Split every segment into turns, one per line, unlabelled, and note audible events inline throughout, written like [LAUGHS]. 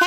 Hey,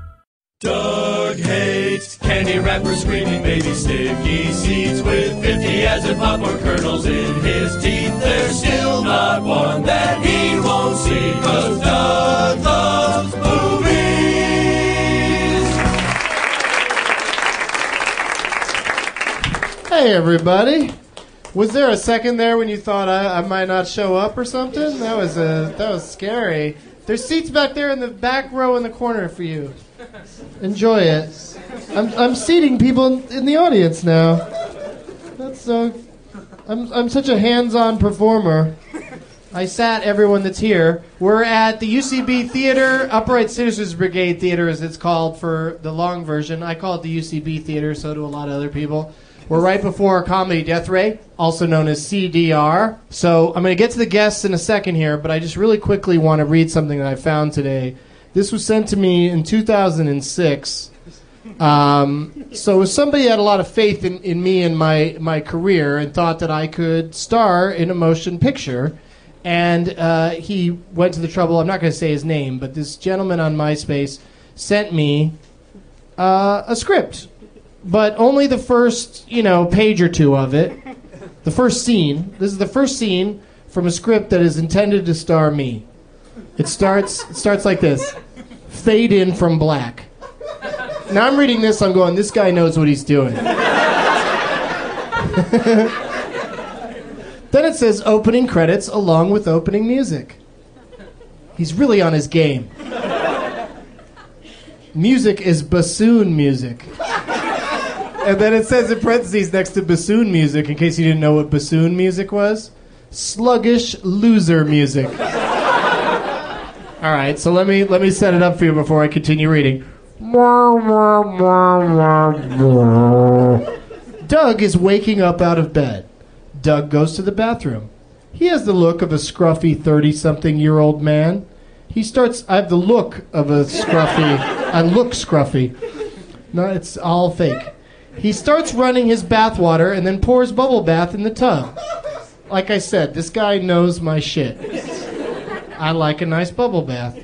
Doug hates candy wrappers, screaming baby sticky seeds with 50 as and popcorn kernels in his teeth. There's still not one that he won't see, cause Doug loves movies.
Hey, everybody. Was there a second there when you thought I, I might not show up or something? That was a, that was scary. There's seats back there in the back row in the corner for you. Enjoy it. I'm, I'm seating people in, in the audience now. That's so. I'm, I'm such a hands on performer. I sat everyone that's here. We're at the UCB Theater, Upright Citizens Brigade Theater, as it's called for the long version. I call it the UCB Theater, so do a lot of other people. We're right before Comedy Death Ray, also known as CDR. So I'm going to get to the guests in a second here, but I just really quickly want to read something that I found today. This was sent to me in 2006. Um, so somebody had a lot of faith in, in me and my, my career and thought that I could star in a motion picture. And uh, he went to the trouble, I'm not going to say his name, but this gentleman on MySpace sent me uh, a script, but only the first, you know, page or two of it. The first scene. This is the first scene from a script that is intended to star me. It starts, it starts like this Fade in from black. Now I'm reading this, I'm going, this guy knows what he's doing. [LAUGHS] then it says opening credits along with opening music. He's really on his game. music is bassoon music. And then it says in parentheses next to bassoon music, in case you didn't know what bassoon music was sluggish loser music. [LAUGHS] All right, so let me let me set it up for you before I continue reading. Doug is waking up out of bed. Doug goes to the bathroom. He has the look of a scruffy 30 something year old man. He starts, I have the look of a scruffy, I look scruffy. No, it's all fake. He starts running his bathwater and then pours bubble bath in the tub. Like I said, this guy knows my shit. I like a nice bubble bath.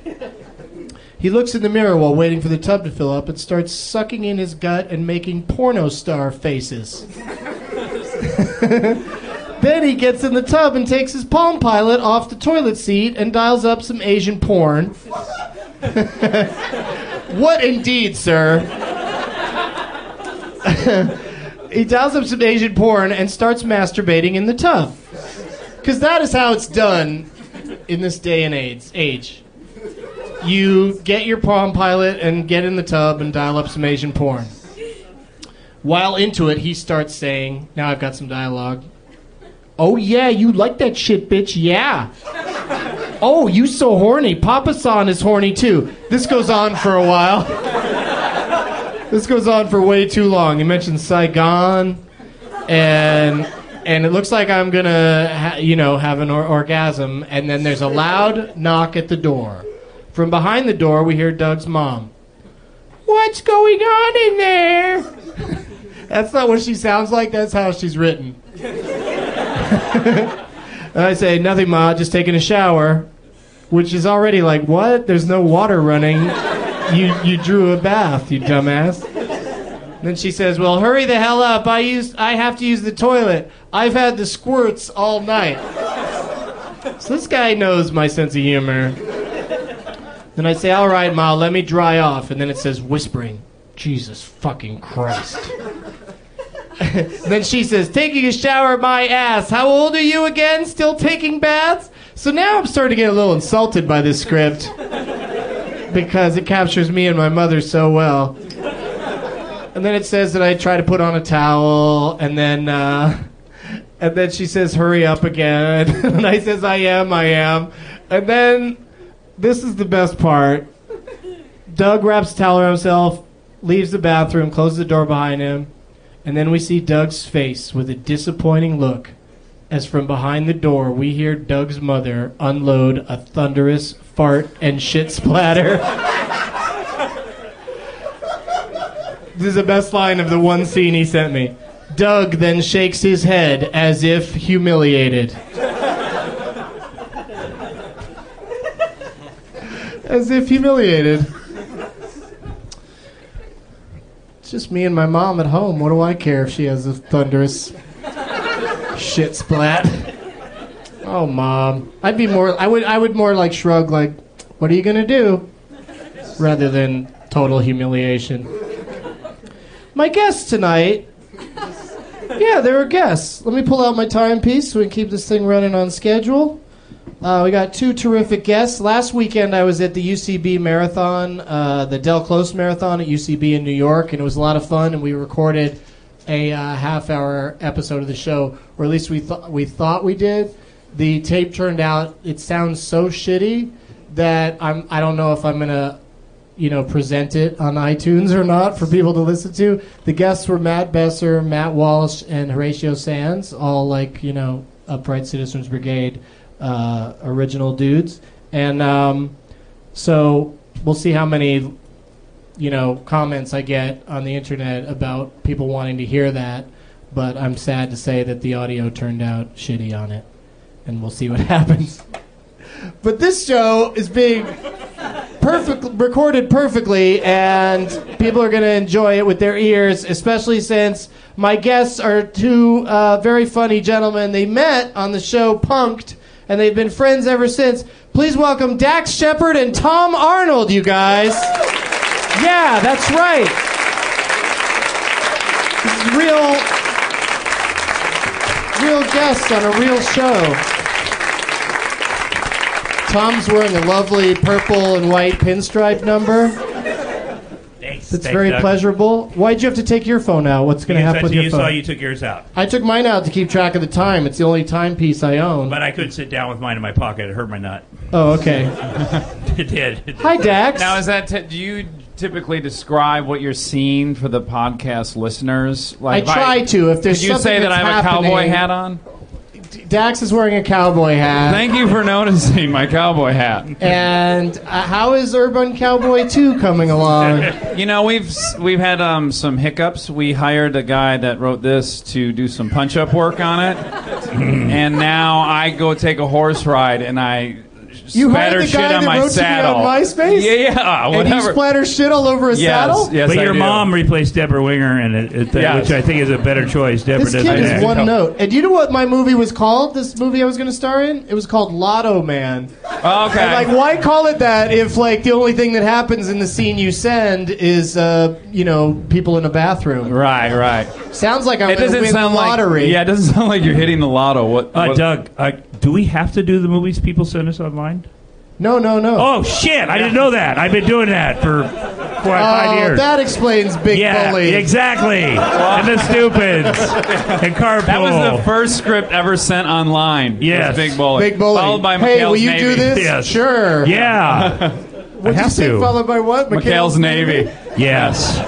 He looks in the mirror while waiting for the tub to fill up and starts sucking in his gut and making porno star faces. [LAUGHS] Then he gets in the tub and takes his Palm Pilot off the toilet seat and dials up some Asian porn. [LAUGHS] what indeed, sir? [LAUGHS] he dials up some Asian porn and starts masturbating in the tub. Because that is how it's done in this day and age. age. You get your Palm Pilot and get in the tub and dial up some Asian porn. While into it, he starts saying, Now I've got some dialogue. Oh yeah, you like that shit, bitch. Yeah. Oh, you so horny. Papa San is horny too. This goes on for a while. [LAUGHS] this goes on for way too long. You mentioned Saigon, and and it looks like I'm gonna, ha- you know, have an or- orgasm. And then there's a loud knock at the door. From behind the door, we hear Doug's mom. What's going on in there? [LAUGHS] That's not what she sounds like. That's how she's written. And [LAUGHS] I say, nothing, Ma, just taking a shower. Which is already like, what? There's no water running. You, you drew a bath, you dumbass. Then she says, well, hurry the hell up. I, use, I have to use the toilet. I've had the squirts all night. So this guy knows my sense of humor. Then I say, all right, Ma, let me dry off. And then it says, whispering, Jesus fucking Christ. [LAUGHS] Then she says, Taking a shower, my ass. How old are you again? Still taking baths? So now I'm starting to get a little insulted by this script [LAUGHS] because it captures me and my mother so well. And then it says that I try to put on a towel, and then. Uh, [LAUGHS] and then she says, "Hurry up again." [LAUGHS] and I says, "I am, I am." And then, this is the best part. Doug wraps a towel around himself, leaves the bathroom, closes the door behind him, and then we see Doug's face with a disappointing look as from behind the door we hear Doug's mother unload a thunderous fart and shit splatter. this is the best line of the one scene he sent me. Doug then shakes his head as if humiliated. as if humiliated. It's just me and my mom at home. What do I care if she has a thunderous shit splat? Oh, mom. I'd be more. I would. I would more like shrug, like, "What are you gonna do?" Rather than total humiliation. My guests tonight. Yeah, there were guests. Let me pull out my timepiece so we can keep this thing running on schedule. Uh, we got two terrific guests. Last weekend, I was at the UCB Marathon, uh, the Del Close Marathon at UCB in New York, and it was a lot of fun. And we recorded a uh, half-hour episode of the show, or at least we thought we thought we did. The tape turned out it sounds so shitty that I'm I don't know if I'm gonna you know, present it on iTunes or not for people to listen to. The guests were Matt Besser, Matt Walsh, and Horatio Sands, all like, you know, Upright Citizens Brigade uh, original dudes. And um, so we'll see how many, you know, comments I get on the internet about people wanting to hear that. But I'm sad to say that the audio turned out shitty on it. And we'll see what [LAUGHS] happens. But this show is being perfect, recorded perfectly, and people are going to enjoy it with their ears, especially since my guests are two uh, very funny gentlemen. They met on the show Punked, and they've been friends ever since. Please welcome Dax Shepard and Tom Arnold, you guys. Yeah, that's right. This is real, real guests on a real show. Tom's wearing a lovely purple and white pinstripe number.
Thanks.
It's very pleasurable. Why'd you have to take your phone out? What's going to happen with your
you saw
phone?
you took yours out,
I took mine out to keep track of the time. It's the only timepiece I own.
but I couldn't sit down with mine in my pocket. It hurt my nut. [LAUGHS]
oh, okay.
It did. [LAUGHS] It did.
Hi, Dax.
Now, is that t- do you typically describe what you're seeing for the podcast listeners?
I
Like, if
try to. If there's
Could you
something
say that
that's
I have a cowboy
happening-
hat on?
Dax is wearing a cowboy hat.
Thank you for noticing my cowboy hat.
and uh, how is Urban Cowboy 2 coming
[LAUGHS]
along?
You know, we've s- we've had um, some hiccups. We hired a guy that wrote this to do some punch up work
[LAUGHS]
on it, and now I go take a horse ride and I
You hired
spatter
the
shit
guy
on
that wrote to
my
me on
saddle.
MySpace?
Yeah, yeah,
and you
whatever.
splatter shit all over his
yes,
saddle?
yes,
but
I
your
do.
mom replaced Deborah Winger in it, it- that-
Yes.
which I think is a better choice. Deborah
This
doesn't
kid is
act.
one note. And you know what my movie was called? This movie I was going to star in? It was called Lotto Man.
Okay.
Like, why call it that if, like, the only thing that happens in the scene you send is, uh, you know, people in a bathroom?
Right, right.
Sounds like I'm
It
going to
doesn't
win
sound
lottery.
like yeah. It doesn't [LAUGHS] sound like you're hitting the lotto. What?
Uh,
what-
Doug, uh, do we have to do the movies people send us online?
No, no, no.
Oh shit! I didn't know that. I've been doing that for four or five
Oh,
years.
that explains Big
yeah,
Bully.
exactly. and the stupids and carpool.
That was the first script ever sent online.
Yes.
was Big Bully.
Big Bully.
Followed by
hey,
McHale's
will you
Navy.
do this?
Yes.
Sure.
Yeah. I
What'd you
have
say,
to.
Followed by what?
McHale's Navy.
Yes.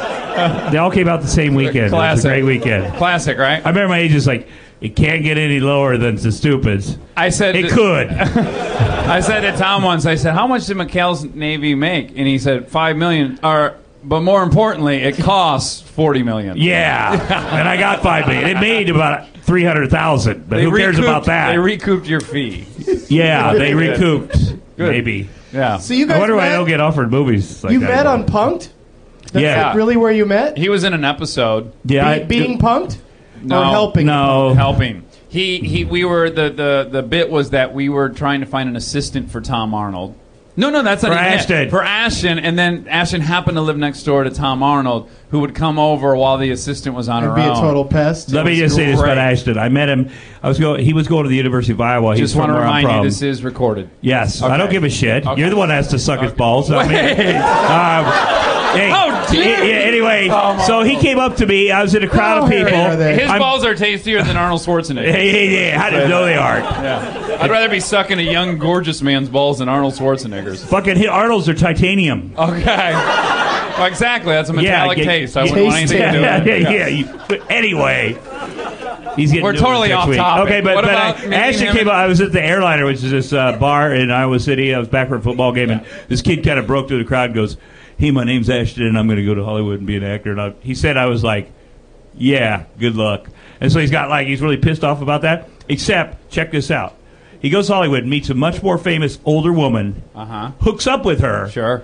they all came out the same weekend.
Classic.
It was a great weekend.
Classic, right?
I remember my agent's like, it can't get any lower than the stupids.
I said
It could.
[LAUGHS] I said to Tom once. I said, "How much did McHale's Navy make?" And he said, five million. Or, but more importantly, it costs forty million.
Yeah. and I got five million. It made about three hundred thousand, but
They
who cares
recouped-
about that?
They recouped your fee. [LAUGHS]
yeah, they
Good.
recouped.
Good.
Maybe.
Yeah.
So you guys
I wonder
met,
why I don't get offered movies. Like
you
that
met on
anymore.
Punked?
yeah,
Really where you met?
he was in an episode.
yeah. I-
Be- being punked?
No,
Or helping?
No,
helping. He he. We were the, the the bit was that we were trying to find an assistant for Tom Arnold. No, no, that's not
For
even it.
Ashton.
For Ashton, and then Ashton happened to live next door to Tom Arnold, who would come over while the assistant was on
That'd
her
be a
own.
total pest.
Let me
was
just say this about
great.
Ashton. I met him. I was going. He was going to the University of Iowa. He's
Just
from
want to
where I'm
remind you,
from.
this is recorded.
Yes, I
Okay.
don't give a shit.
Okay.
You're the one that has to suck his balls. I
[LAUGHS] Wait.
um, hey,
Oh, dear.
yeah, yeah, anyway, so he came up to me. I was in a crowd of
here
people.
they are there.
His
I'm-
balls are tastier than Arnold Schwarzenegger.
Hey, hey, hey, how do you know they aren't?
Yeah. I'd rather be sucking a young, gorgeous man's balls than Arnold Schwarzenegger's.
Fucking hit Arnold's are titanium.
Okay. Well, exactly. That's a metallic
yeah,
taste. I
yeah,
wouldn't want anything to do
yeah,
with
[LAUGHS]
it.
yeah, yeah, you- but anyway. He's getting
We're
new ones
totally
next
off
week.
topic.
Okay, but,
What
but
about
I,
meeting
Ashton
him
came
in-
up. I was at the airliner, which is this uh, bar in Iowa City. I was back for a football game, and this kid kind of broke through the crowd and goes, Hey, my name's Ashton, and I'm going to go to Hollywood and be an actor. And I, he said, I was like, Yeah, good luck. And so he's got like, he's really pissed off about that. Except, check this out. He goes to Hollywood, meets a much more famous older woman,
Uh-huh.
hooks up with her,
Sure.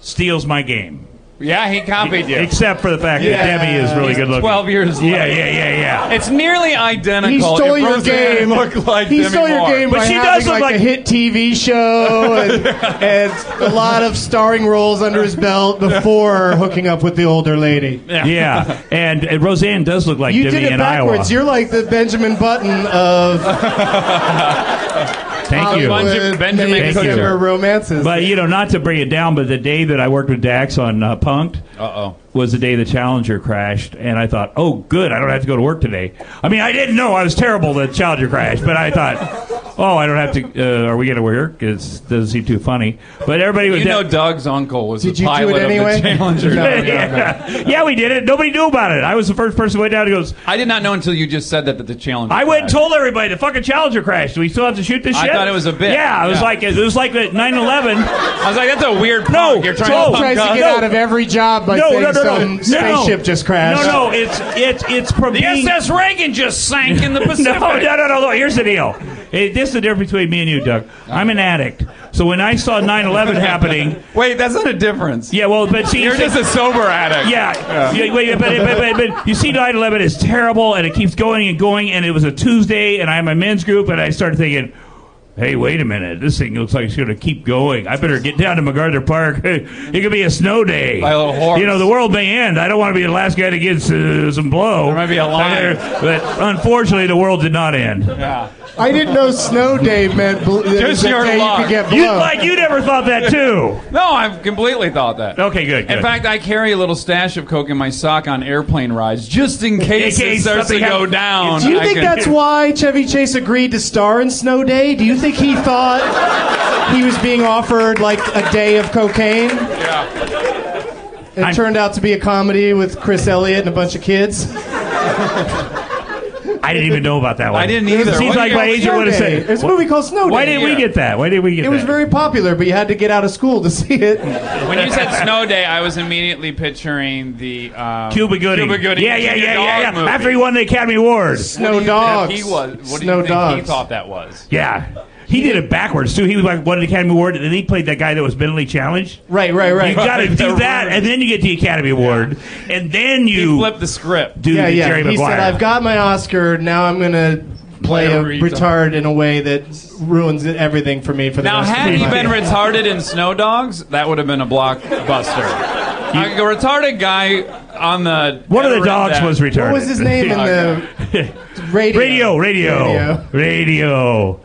steals my game.
Yeah, he copied you.
Except for the fact that Debbie is really good looking.
12 years
Yeah,
later.
yeah, yeah, yeah.
It's nearly identical.
He stole
It
your
doesn't
game.
[LAUGHS] Look like
he
Demi
stole your
Moore.
game
But
by
she does
having
look
like, a
like-
hit TV
[LAUGHS]
show and, and a lot of starring roles under his belt before hooking up with the older lady.
Yeah, and, and Roseanne does look like
You
Demi
did it
in Iowa.
backwards. You're like the Benjamin Button of
[LAUGHS] Thank you.
Bunch of
Hollywood
Benjamin
Cooker.
Cooker romances.
But you know, not to bring it down, but the day that I worked with Dax on uh, Punked
Uh-oh.
was the day the Challenger crashed, and I thought, oh, good, I don't have to go to work today. I mean, I didn't know I was terrible that Challenger crashed, but I thought, oh, I don't have to. Uh, are we going to work? It doesn't seem too funny. But everybody was
You
da-
know Doug's uncle was
Did
the
you do
pilot
it anyway?
of the Challenger. [LAUGHS]
No, no,
yeah. [LAUGHS] yeah, we did it. Nobody knew about it. I was the first person who went down. He goes,
I did not know until you just said that that the Challenger.
I went and
crashed.
told everybody the fucking Challenger crashed. Do we still have to shoot this
I
shit?
thought it was a bit.
Yeah, it was
Yeah.
like it was like at
[LAUGHS]
9/11.
I was like, that's a weird punk.
No,
You're trying
Joe.
to
tries
punk
to
us.
get out of every job by
No,
saying
no, no, no,
some
no.
spaceship just crashed.
No, no, it's it's it's from
The
being-
SS Reagan just
[LAUGHS]
[LAUGHS]
sank in the Pacific.
No, no, no, no, no. Here's the deal. Eh, this is the difference between me and you, Doug. I'm an addict. So when I saw 9/11 happening,
Wait, that's not a difference.
yeah, well, but see,
You're just a sober addict.
Yeah. yeah. wait, but, but, but, but you see 9 11 is terrible and it keeps going and going. And it was a Tuesday and I had my men's group and I started thinking, hey, wait a minute. This thing looks like it's going to keep going. I better get down to MacArthur Park. [LAUGHS] it could be a snow day.
By a little horse.
You know, the world may end. I don't want to be the last guy to get uh, some blow. There
might be a lion.
[LAUGHS] But unfortunately, the world did not end.
I didn't know snow day meant bl-
Just
that
your
day
luck.
you could get blown.
You like you never thought that too.
No, I've completely thought that.
Okay, good. good.
In fact, I carry a little stash of coke in my sock on airplane rides just in case,
case
it starts to
something
go
happens.
down.
Do you
I
think
can-
that's why Chevy Chase agreed to star in Snow Day? Do you think he thought he was being offered like a day of cocaine? Yeah. It
I'm-
turned out to be a comedy with Chris Elliott and a bunch of kids.
Oh, I didn't even know about that one.
I didn't
It
either.
seems
What
like
year
my
was
agent
Snow
would have
Day?
said,
It's a movie called Snow
Why
Day.
didn't we get that? Why didn't we get
It
that?
was very popular, but you had to get out of school to see it.
When you said snow day, I was immediately picturing the um,
Cuba Gooding.
Cuba Gooding.
Yeah, yeah,
Junior
yeah,
Dog
yeah, yeah.
movie.
After he won the Academy Award.
What do
Snow
you think
dogs.
He was. What do you
Snow
think he
dogs.
thought that was?
Yeah. He did it backwards too. He was like won an Academy Award, and then he played that guy that was mentally challenged.
Right, right, right.
You got to
Right,
do
[LAUGHS] the
that,
room.
and then you get the Academy Award, and then
He
you
flipped the script.
do
yeah,
the
yeah.
Jerry
he
Maguire.
said, "I've got my Oscar. Now I'm gonna play a
Play a
retard in a way that ruins it- everything for me for the
Now,
rest
had
of
he
my
been
life."
retarded in Snow Dogs, that would have been a blockbuster. Like, a retarded guy on the
One of the
veteran
dogs
that-
was retarded.
What was his name in the radio?
[LAUGHS]
[LAUGHS]
radio, radio,
radio,
radio.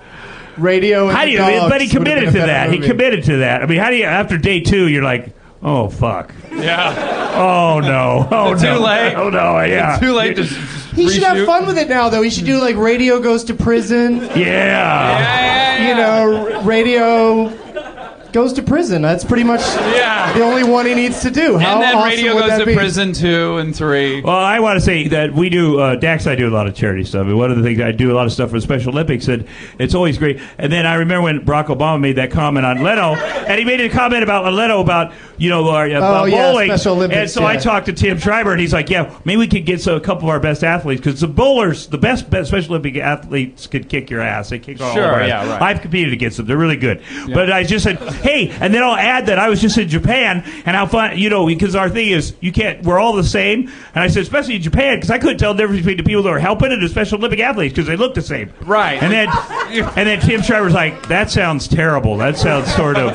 radio and
How do
the
you?
dogs
But he
would've been
committed
a
to
better
that. He
movie.
committed to that. I mean, how do you? After day two, you're like, oh fuck,
Yeah,
oh no,
[LAUGHS]
oh
Too
no,
late.
oh no, yeah,
too late to. [LAUGHS]
He should have fun with it now, though. He should do like radio goes to prison.
yeah.
You know, r- radio goes to prison. That's pretty much
Yeah.
the only one he needs to do. How
and then
awesome
radio
would
goes
that
to
be?
prison two and three.
Well, I want to say that we do, uh, Dax, I do a lot of charity stuff. And one of the things I do a lot of stuff for the Special Olympics, and it's always great. And then I remember when Barack Obama made that comment on Leno, and he made a comment about Leno about, you know, our, about
Oh, yeah,
bowling.
Special Olympics,
and so
yeah.
I talked to Tim Schreiber, and he's like, yeah, maybe we could get so, a couple of our best athletes, because the bowlers, the best, best Special Olympic athletes could kick your ass. They kick all
Sure,
of our ass.
yeah, right.
I I've competed against them. They're really good. But I just said, hey, and then I'll add that I was just in Japan and how fun, you know, because our thing is you can't, we're all the same. And I said, especially in Japan, because I couldn't tell the difference between the people that were helping and the Special Olympic athletes because they looked the same.
Right. [LAUGHS]
And then, and then Tim Trevor's like, that sounds terrible. That sounds sort
[LAUGHS]
of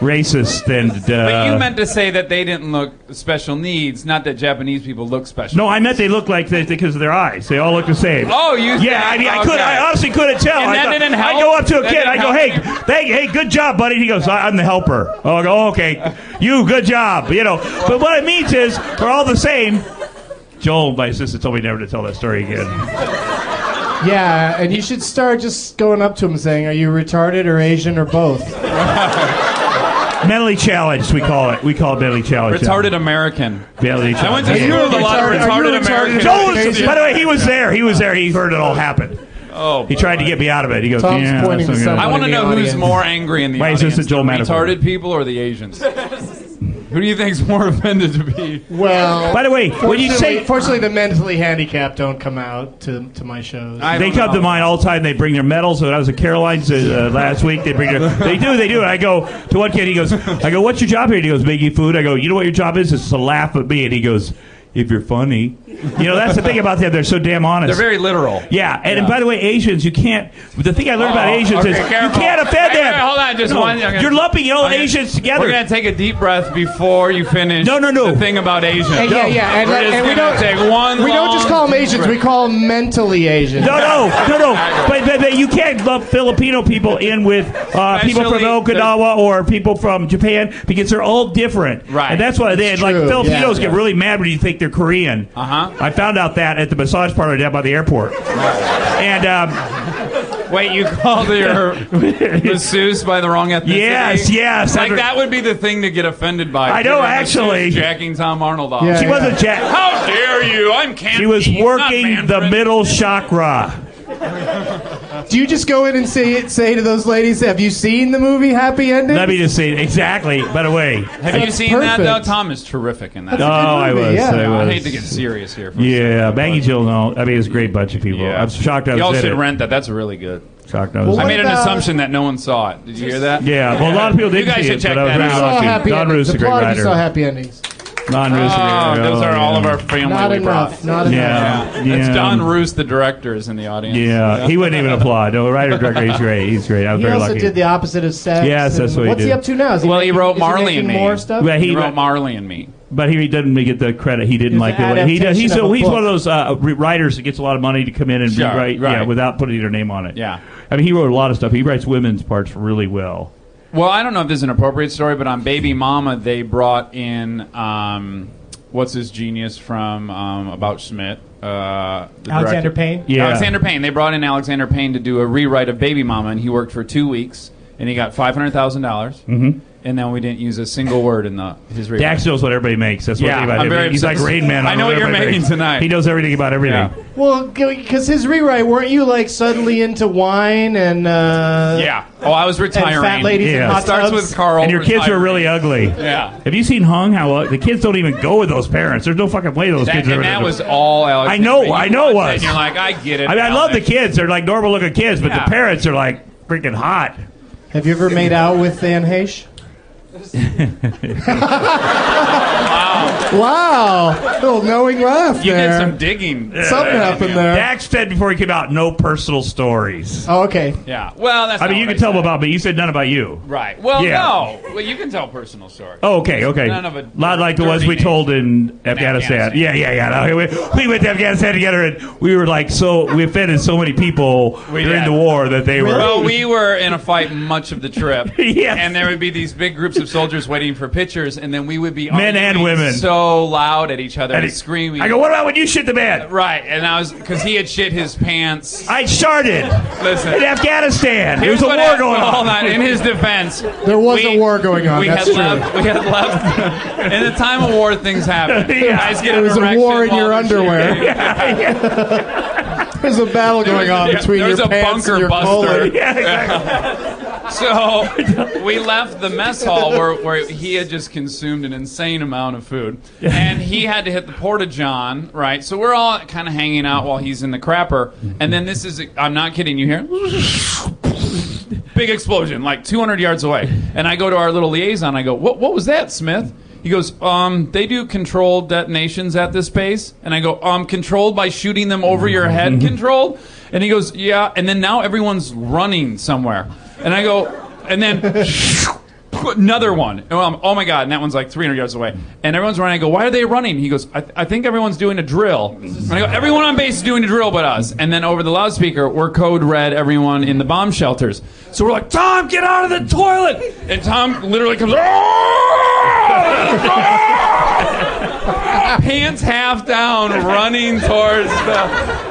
racist and. Uh,
But you meant to say that they didn't look special needs, not that Japanese people look special.
no, I meant they looked like they because of their eyes. They all look the same.
Oh, you?
Yeah, I mean, I could.
okay.
I honestly couldn't tell.
And
I
that
thought-
didn't
I
help?
go up to a
That
kid. I
didn't
go, hey,
help?
hey, hey, good job, buddy. He goes, I- I'm the helper. Oh, I go, "Oh, okay, you, good job. You know, but what it means is we're all the same. Joel, my assistant, told me never to tell that story again.
Yeah, and you should start just going up to him and saying, "Are you retarded or Asian or both?"
Mentally challenged, we call it. We call it mentally challenged.
retarded American.
Mentally challenged.
I went to
Yeah.
school with a lot of
retarded- are you
retarded,
retarded
Americans.
Joel was, by the way, he was there. He was there. He heard it all happen.
Oh,
He tried to get me out of it. He goes,
Tom's
yeah,
pointing
that's
to
not good."
I want to
in the
know
audience.
who's more angry in the
Wait, is this
audience,
a Joel
the
Manafort?
retarded people or the Asians? [LAUGHS] Who do you think's more [LAUGHS] offended to be?
Well,
By the way, when you
fortunately-
say
fortunately, the mentally handicapped don't come out to to my shows.
I
They
don't
come to
know.
mine all the time. They bring their medals. When I was at Caroline's uh, uh, last week, they bring their. They do, they do. And I go to one kid. He goes, I go, what's your job here? And he goes, making food. I go, you know what your job is? It's to laugh at me. And he goes, if you're funny, you know that's the thing about them. They're so damn honest.
They're very literal.
yeah, and, by the way, Asians, you can't. The thing I learned about
Oh,
Asians
okay,
is you
careful.
can't offend
Wait, wait,
them.
hold on, just
No,
one. I'm gonna-
you're lumping all
I'm gonna-
Asians together.
We're gonna take a deep breath before you finish.
No, no, no.
The thing about Asians.
And yeah, yeah, and,
We're
like-
just
and we
gonna
don't
take one.
We don't just
long
call them
deep
Asians.
breath.
We call them mentally Asian.
No, no, no, no. But, but, but you can't lump Filipino people in with uh, people from
Especially the-
Okinawa or people from Japan because they're all different.
Right.
And that's why they
It's
like
true.
Filipinos
Yeah,
get really mad when you think they're Korean.
Uh-huh.
I found out that at the massage parlor down by the airport. and um,
Wait, you
[LAUGHS]
called your masseuse by the wrong ethnicity?
Yes, yes.
Like
Under-
that would be the thing to get offended by.
I know,
Your masseuse
actually.
jacking Tom Arnold off.
Yeah,
she
yeah.
wasn't jack.
How dare you? I'm Cam.
She was working the middle chakra.
Do you just go in and say it? Say to those ladies, "Have you seen the movie Happy Ending?"
Let me just say exactly. By the way,
Have you seen
perfect.
that though? Tom is terrific in that.
oh, I
movie,
was.
yeah.
I was.
I hate to get serious here. For a
yeah,
second,
Maggie
but-
Gyllenhaal. I mean, it's a great bunch of people.
Yeah.
I'm shocked I was
Y'all
in
should
it.
rent that. That's really good.
Shocked I was.
Well,
in
I
it.
what
made an
about-
assumption that no one saw it. Did you hear that?
Yeah, well, a lot of people didn't
You guys
see
should
it,
check
but I was
that
very
out.
You saw
lucky.
Happy
Don
Ending.
Roos is a great
Applaud if you
writer.
saw Happy Endings.
Don Roos is a great
Oh,
writer.
those are all of our family
Not
we
enough.
brought.
Not enough.
Yeah, yeah.
That's Don Roos, the director, is in the audience.
Yeah, he wouldn't even applaud. No, writer director, he's great. He's great. I was
He
very
also
lucky.
did the opposite of sex.
Yes, that's
and
what he
What's he
did.
up to now? Is he
Well, he
making-
wrote
is
Marley
making
and Me.
more stuff.
But
He,
he,
wrote Marley and Me.
but he doesn't get the credit. He didn't
It's
like
an
the way he does. He's,
adaptation of a
he's
book.
one of those uh, re- writers that gets a lot of money to come in and
Sure,
rewrite, yeah,
right.
without putting their name on it.
Yeah.
I mean, he wrote a lot of stuff. He writes women's parts really well.
Well, I don't know if this is an appropriate story, but on Baby Mama, they brought in um, what's his genius from um, About Schmidt. Uh, the
Alexander
director.
Payne.
Yeah,
Alexander Payne. They brought in Alexander Payne to do a rewrite of Baby Mama, and he worked for two weeks, and he got five dollars. Mm-hmm. and then we didn't use a single word in the his rewrite.
Dax knows what everybody makes. That's what
Yeah,
everybody
I'm very
He's like
obsessed.
Rain Man.
I
on
know what you're
everybody.
making tonight.
He knows everything about everything.
Yeah.
Well, because his rewrite, weren't you like suddenly into wine and uh,
Yeah. Oh, I was retiring.
and fat ladies
Yeah.
and hot
Starts
tubs?
with Carl.
And your kids are
retiring.
really ugly.
Yeah.
Have you seen Hung? How uh, the kids don't even go with those parents. There's no fucking way those
That,
kids.
and
are
that was all Alex.
I know,
You
I know it
watch
was.
that And you're like, I get it.
I mean, I love the
Alex.
kids. They're like normal looking kids, but
Yeah.
the parents are like freaking hot.
Have you ever made out with Van Heesch? wow. Wow. little knowing laugh
You did
there.
some digging.
Something happened
Uh,
there.
Dax said before he came out, no personal stories.
Oh, okay.
Yeah. Well, that's.
I
not
mean, you
what
can tell
said.
about me. You said none about you.
Uh, Right. Well,
Yeah.
no. Well, you can tell personal stories.
Oh, okay, okay.
None of it-
Lot like the ones we
dirty
told in Afghanistan.
Afghanistan.
Yeah, yeah, yeah. No, we, we went to Afghanistan together, and we were like so we offended so many people
We
during
did.
the war that they were.
Well, we were in a fight much of the trip.
[LAUGHS] Yes.
And there would be these big groups of soldiers waiting for pictures, and then we would be
Men and
arguing
women.
so loud at each other
and
and,
it-
screaming.
I go, what about when you shit the bed?
Right, and I was because he had shit his pants.
I started
Listen,
in Afghanistan. There
Here's
was a
what
war
happened-
going
Hold
on.
on. In his defense,
There was a war going on,
We
that's
had
true.
left. We had left. in the time of war, things happen.
[LAUGHS] Yeah.
I just get
There
an
was a
erection
war in your
while the shit-
[LAUGHS]
underwear. There's a battle
There was
going
a-
on between
there
your
was a
pants
bunker
and your
buster.
colon.
[LAUGHS] Yeah, exactly.
So [LAUGHS] we left the mess hall where, where he had just consumed an insane amount of food. And he had to hit the Porta John, right? So we're all kind of hanging out while he's in the crapper. And then this is, I'm not kidding, you hear? Big explosion, like 200 yards away. And I go to our little liaison, I go, What, what was that, Smith? He goes, um, they do controlled detonations at this base. And I go, um, controlled by shooting them over your head, controlled? And he goes, yeah. And then now everyone's running somewhere. And I go, and then another one. And I'm, oh my God. And that one's like 300 yards away. And everyone's running. I go, why are they running? He goes, I, th- I think everyone's doing a drill. And I go, everyone on base is doing a drill but us. And then over the loudspeaker, we're code red, everyone in the bomb shelters. So we're like, Tom, get out of the toilet. And Tom literally comes, [LAUGHS] pants half down, running towards the.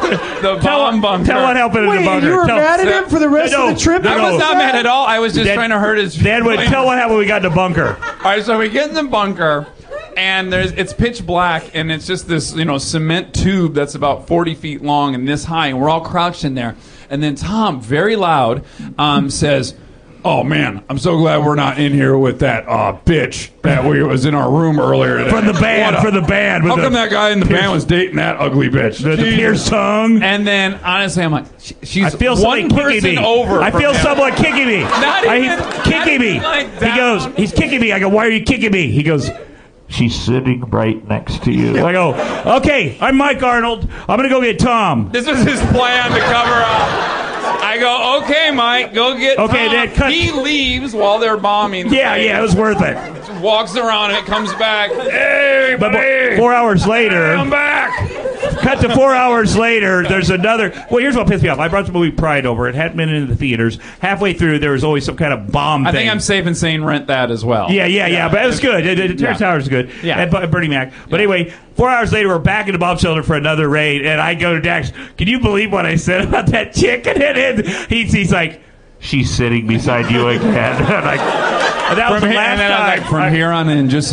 The bomb bunker.
Tell what happened in
Wait,
the bunker.
you were
Tell-
mad at him for the rest
No,
of the trip?
no, [LAUGHS]
I was not mad at all. I was just
Dad-
trying to hurt his.
Dan would
feelings.
tell what happened when we got in the
[LAUGHS]
bunker.
All right, so we get in the bunker, and there's it's pitch black, and it's just this you know cement tube that's about 40 feet long and this high, and we're all crouched in there. And then Tom, very loud, um, says, "Oh man, I'm so glad we're not in here with that uh, bitch that we was in our room earlier today
From the band,
What a-
from the band with
How
the-
come that guy in the band was dating that ugly bitch?
The, the
Jesus.
pierced tongue.
And then honestly, I'm like, she, she's
I feel
one
someone kicking
person
me.
over.
I
from
feel
him.
someone kicking me.
Not
I-
even-
he's
not
kicking
even
me.
like
he
down.
goes, he's kicking me. I go, why are you kicking me? He goes, she's sitting right next to
[LAUGHS]
you. I go, okay, I'm Mike Arnold. I'm gonna go get Tom.
This was his plan to cover up. I go, okay, Mike, go get.
Okay,
Tom."
Dad, cut-
He leaves while they're bombing. the
Yeah,
place,
yeah, it was worth it.
Walks around and it comes back. Hey,
But
buddy,
four hours later,
I'm back.
Cut to four hours later, there's another. Well, here's what pissed me off. I brought the movie Pride over. It hadn't been in the theaters. Halfway through, there was always some kind of bomb
I
thing.
think I'm safe in saying rent that as well.
Yeah, yeah, yeah, But it was good. It, it, Terrence
Yeah.
Howard's good.
Yeah.
And, Bu- Bernie Mac. But anyway, four hours later, we're back in the bomb shelter for another raid, and I go to Dax. Can you believe what I said about that chick? [LAUGHS] And then he's, he's like, "She's sitting beside you again." [LAUGHS] and I, and that was the
From here,
last
and then I was
time.
like, from here on in, just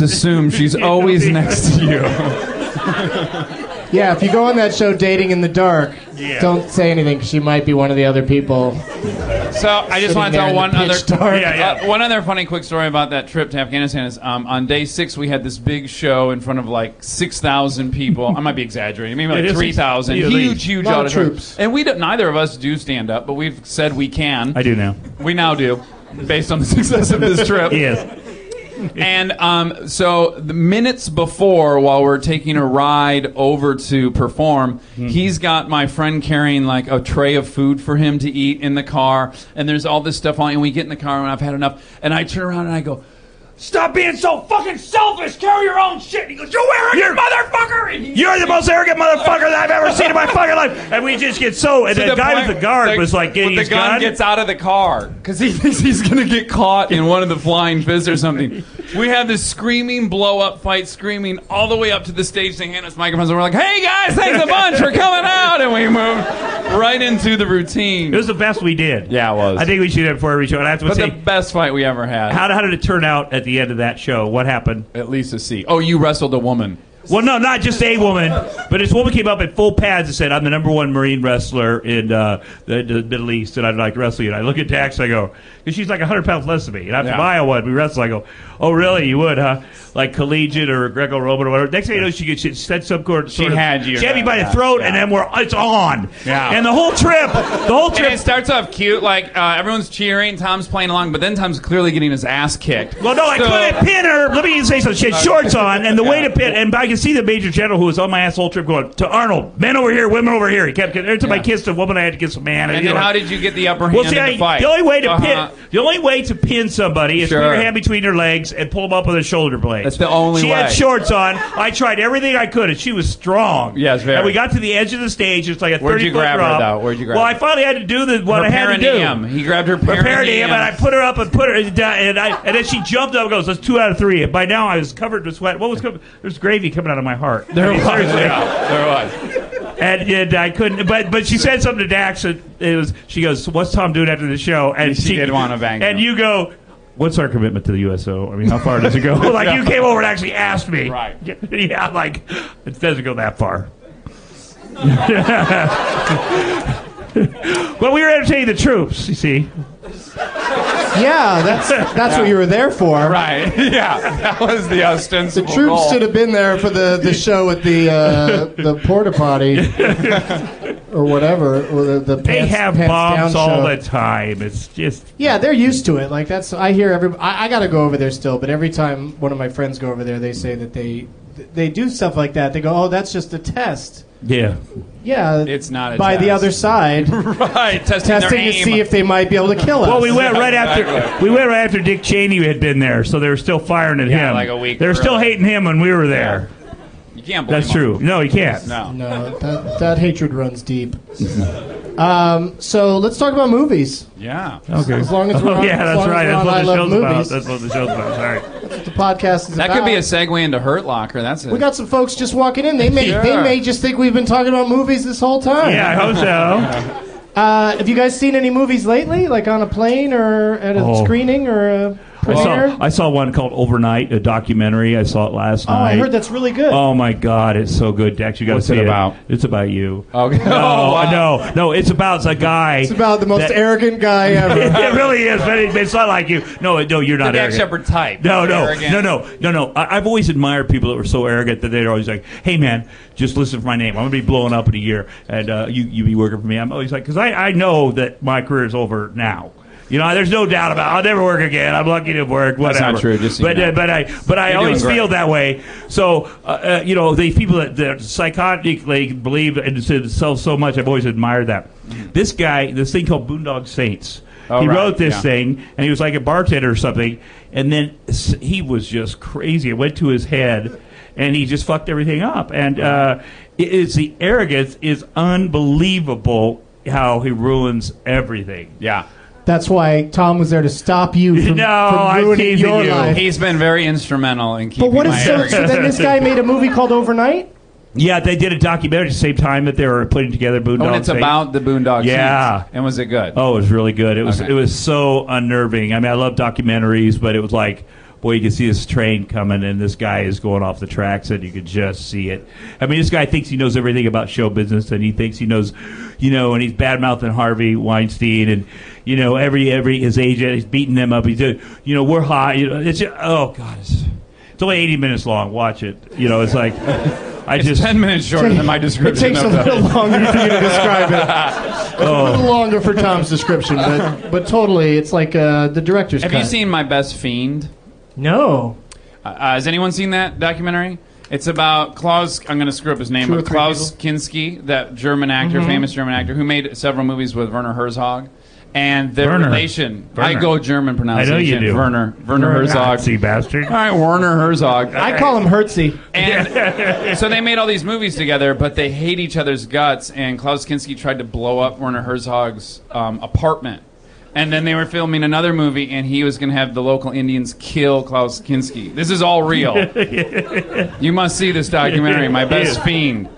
[LAUGHS]
assume she's always next to you.
Yeah, if you go on that show, Dating in the Dark,
Yeah.
don't say anything 'cause she might be one of the other people.
So I just
Sitting
want to
there in
tell
the
one
pitch
other
dark.
Yeah, yeah.
uh, one other funny quick story about that trip to Afghanistan is um, on day six we had this big show in front of like six thousand people. I might be exaggerating, maybe
It
like
is
three thousand.
six-
Huge,
at least.
huge
Lot of
auditorium.
troops.
And we don't, neither of us do stand up, but we've said we can.
I do now.
We now do, based on the [LAUGHS] success of this trip.
Yes.
[LAUGHS] And um, so the minutes before, while we're taking a ride over to perform, he's got my friend carrying like a tray of food for him to eat in the car, and there's all this stuff on. And we get in the car, and I've had enough. And I turn around and I go. Stop being so fucking selfish. Carry your own shit. And he goes, "You arrogant motherfucker!" And he-
You're the most arrogant motherfucker that I've ever seen in my fucking life. And we just get so. And
To
the, guy
point
with the guard
that
was like
when
getting
the
his
gun gets out of the car because he [LAUGHS] thinks he's gonna get caught in one of the flying fists or something. We have this screaming blow up fight, screaming all the way up to the stage. They hand us microphones and we're like, "Hey guys, thanks a bunch for coming out," and we moved right into the routine.
It was the best we did.
Yeah, it was.
I think we should have before every show. And I have to
but
say,
the best fight we ever had.
how, how did it turn out at the end of that show? What happened?
At least a C. Oh, you wrestled a woman.
Well, no, not just a woman, but this woman came up in full pads and said, "I'm the number one Marine wrestler in uh, the, the Middle East, and I'd like to wrestle you." And I look at Dax, I go, because she's like 100 pounds less than me, and I'm
Yeah.
from Iowa, and we wrestle. I go, "Oh, really? You would, huh? Like collegiate or Greco-Roman or whatever." Next thing you know, she gets she said some sort.
She
sort of-
had you.
She had me by the
Yeah.
throat, and
Yeah.
then we're it's on.
Yeah.
And the whole trip, the whole
And it
trip.
starts off cute, like uh, everyone's cheering, Tom's playing along, but then Tom's clearly getting his ass kicked.
Well, no, I
So-
couldn't pin her. Let me say something. She had shorts on, and the way to pin, and I can see the major general who was on my asshole trip going to Arnold, men over here, women over here. He kept every time I
Yeah.
kissed a woman, I had to kiss a man.
And
you
then
know.
how did you get the upper hand
Well, see,
in the
I-
fight?
the only way to
Uh-huh.
pin, the only way to pin somebody is put
Sure.
your hand between their legs and pull them up with a shoulder blade.
That's the only
She had
way.
shorts on. I tried everything I could, and she was strong.
Yes, very.
And we got to the edge of the stage. It's like a
Where'd you
thirty foot
grab her,
drop.
though? Where'd you grab
Well,
her?
I finally had to do the, what
Her
I had to do.
perineum. He grabbed her
Her perineum,
perineum.
and I put her up and put her down, and I and then she jumped up and goes, "That's two out of three. And by now, I was covered with sweat. What was coming? There's gravy coming out of my heart. I
There
mean,
was.
seriously
[LAUGHS] Yeah, there was.
and, and I couldn't. But but she said something to Dax. And it was she goes, "What's Tom doing after the show?" And
She did wanna bang
And
him.
you go. What's our commitment to the USO? I mean, how far does
[LAUGHS]
it go? like you came over and actually asked me.
Right.
[LAUGHS] Yeah, I'm like it doesn't go that far. [LAUGHS] well, we were entertaining the troops. You see,
Yeah, that's that's what you were there for.
Right. [LAUGHS] Yeah. That was the
The
ostensible
troops
goal.
should have been there for the,
[LAUGHS]
the show at the uh, the porta potty or whatever. Or the, the
they
pants-
have
pants
bombs
down
all
show.
the time. It's just
Yeah, they're used to it. Like that's I hear every I, I got to go over there still, but every time one of my friends go over there, they say that they they do stuff like that. They go, "Oh, that's just a test."
yeah.
Yeah,
It's not a
by the
test.
other
[LAUGHS]
side
Right. Testing,
testing
their
to
aim.
see if they might be able to kill us.
Well, Oh, we went right after
Exactly.
we went right after Dick Cheney had been there, so they were still firing at
Yeah,
him.
like a week
They were still
earlier.
hating him when we were there.
You can't blame
That's true.
them.
No, he can't.
No.
No, that, that hatred runs deep. [LAUGHS] um, so let's talk about movies.
Yeah.
Okay.
As long as we're
[LAUGHS] [LAUGHS] Oh
on-
yeah,
as
that's
long as
right.
we're
That's
on
what
I
the
Love
show's about.
Movies.
That's what the show's about. All right.
That's what the podcast is
That
about.
could be a segue into Hurt Locker. That's it.
Uh, We got some folks just walking in. They may
Sure.
they may just think we've been talking about movies this whole time.
Yeah, I hope
[LAUGHS]
so.
Uh, have you guys seen any movies lately, like on a plane or at a
Oh.
screening or a
I
premiere?
saw, I saw one called Overnight, a documentary. I saw it last
oh,
night.
I heard that's really good.
Oh my God, it's so good, Dex. You got to
What's
see
it about?
It's about you.
Okay.
No,
[LAUGHS] [LAUGHS] Oh, wow.
no, no. It's about a guy.
it's about the most
that-
arrogant
[LAUGHS]
guy ever.
it really is, but it, it's not like you. No, no, you're
the
not
Dax
arrogant.
Shepard type.
No, no,
Arrogant.
no, no, no, no. I, I've always admired people that were so arrogant that they're always like, "Hey, man, just listen for my name. I'm gonna be blowing up in a year, and uh, you you be working for me." I'm always like, because I I know that my career is over now. You know, there's no doubt about. It. I'll never work again. I'm lucky to work. Whatever.
not true, just so you
but
know.
uh, but I but I
You're
always
doing great.
feel that way. So uh, uh, you know, these people that, that psychotically believe in themselves so much, I've always admired that. This guy, this thing called Boondog Saints.
Oh,
he
right,
wrote this
yeah.
thing thing, and he was like a bartender or something. And then s- he was just crazy. It went to his head, and he just fucked everything up. And uh, it is the arrogance is unbelievable how he ruins everything.
Yeah.
That's why Tom was there to stop you from,
No,
from
I'm
ruining
teasing
your
you.
life.
He's been very instrumental in keeping
but what
my
is so,
arrogance.
so? Then this
[LAUGHS]
guy made a movie called Overnight.
Yeah, they did a documentary at the same time that they were putting together Boondog.
Oh, and it's
Saints.
about the Boondock
Yeah.
Saints. And was it good?
Oh, it was really good. It was
Okay.
it was so unnerving. I mean, I love documentaries, but it was like, boy, you can see this train coming, and this guy is going off the tracks, and you could just see it. I mean, this guy thinks he knows everything about show business, and he thinks he knows, you know, and he's bad mouthing Harvey Weinstein, and you know, every every his agent, he's beating them up. He's doing, you know, we're hot. You know, it's just, oh god, it's, it's only eighty minutes long. Watch it. You know, it's like. I
It's
just
10 minutes shorter than my
It
description
takes a
of the-
little longer for you to describe it.
[LAUGHS]
A
Oh.
little longer for Tom's description, but but totally, it's like uh, the director's
Have
cut.
you seen My Best Fiend?
No.
Uh, Uh, has anyone seen that documentary? It's about Klaus. I'm going to screw up his name,
Two or
but
three
Klaus Kinski, that German actor, famous German actor, who made several movies with Werner Herzog, and their
Werner.
relation.
Werner.
I go German pronunciation.
you do.
Werner. Werner Herzog.
Nazi bastard.
All right, Werner Herzog.
I call him Hertzy.
And so they made all these movies together, but they hate each other's guts. And Klaus Kinski tried to blow up Werner Herzog's um, apartment. And then they were filming another movie, and he was going to have the local Indians kill Klaus Kinski. This is all real. you must see this documentary, My Best Fiend.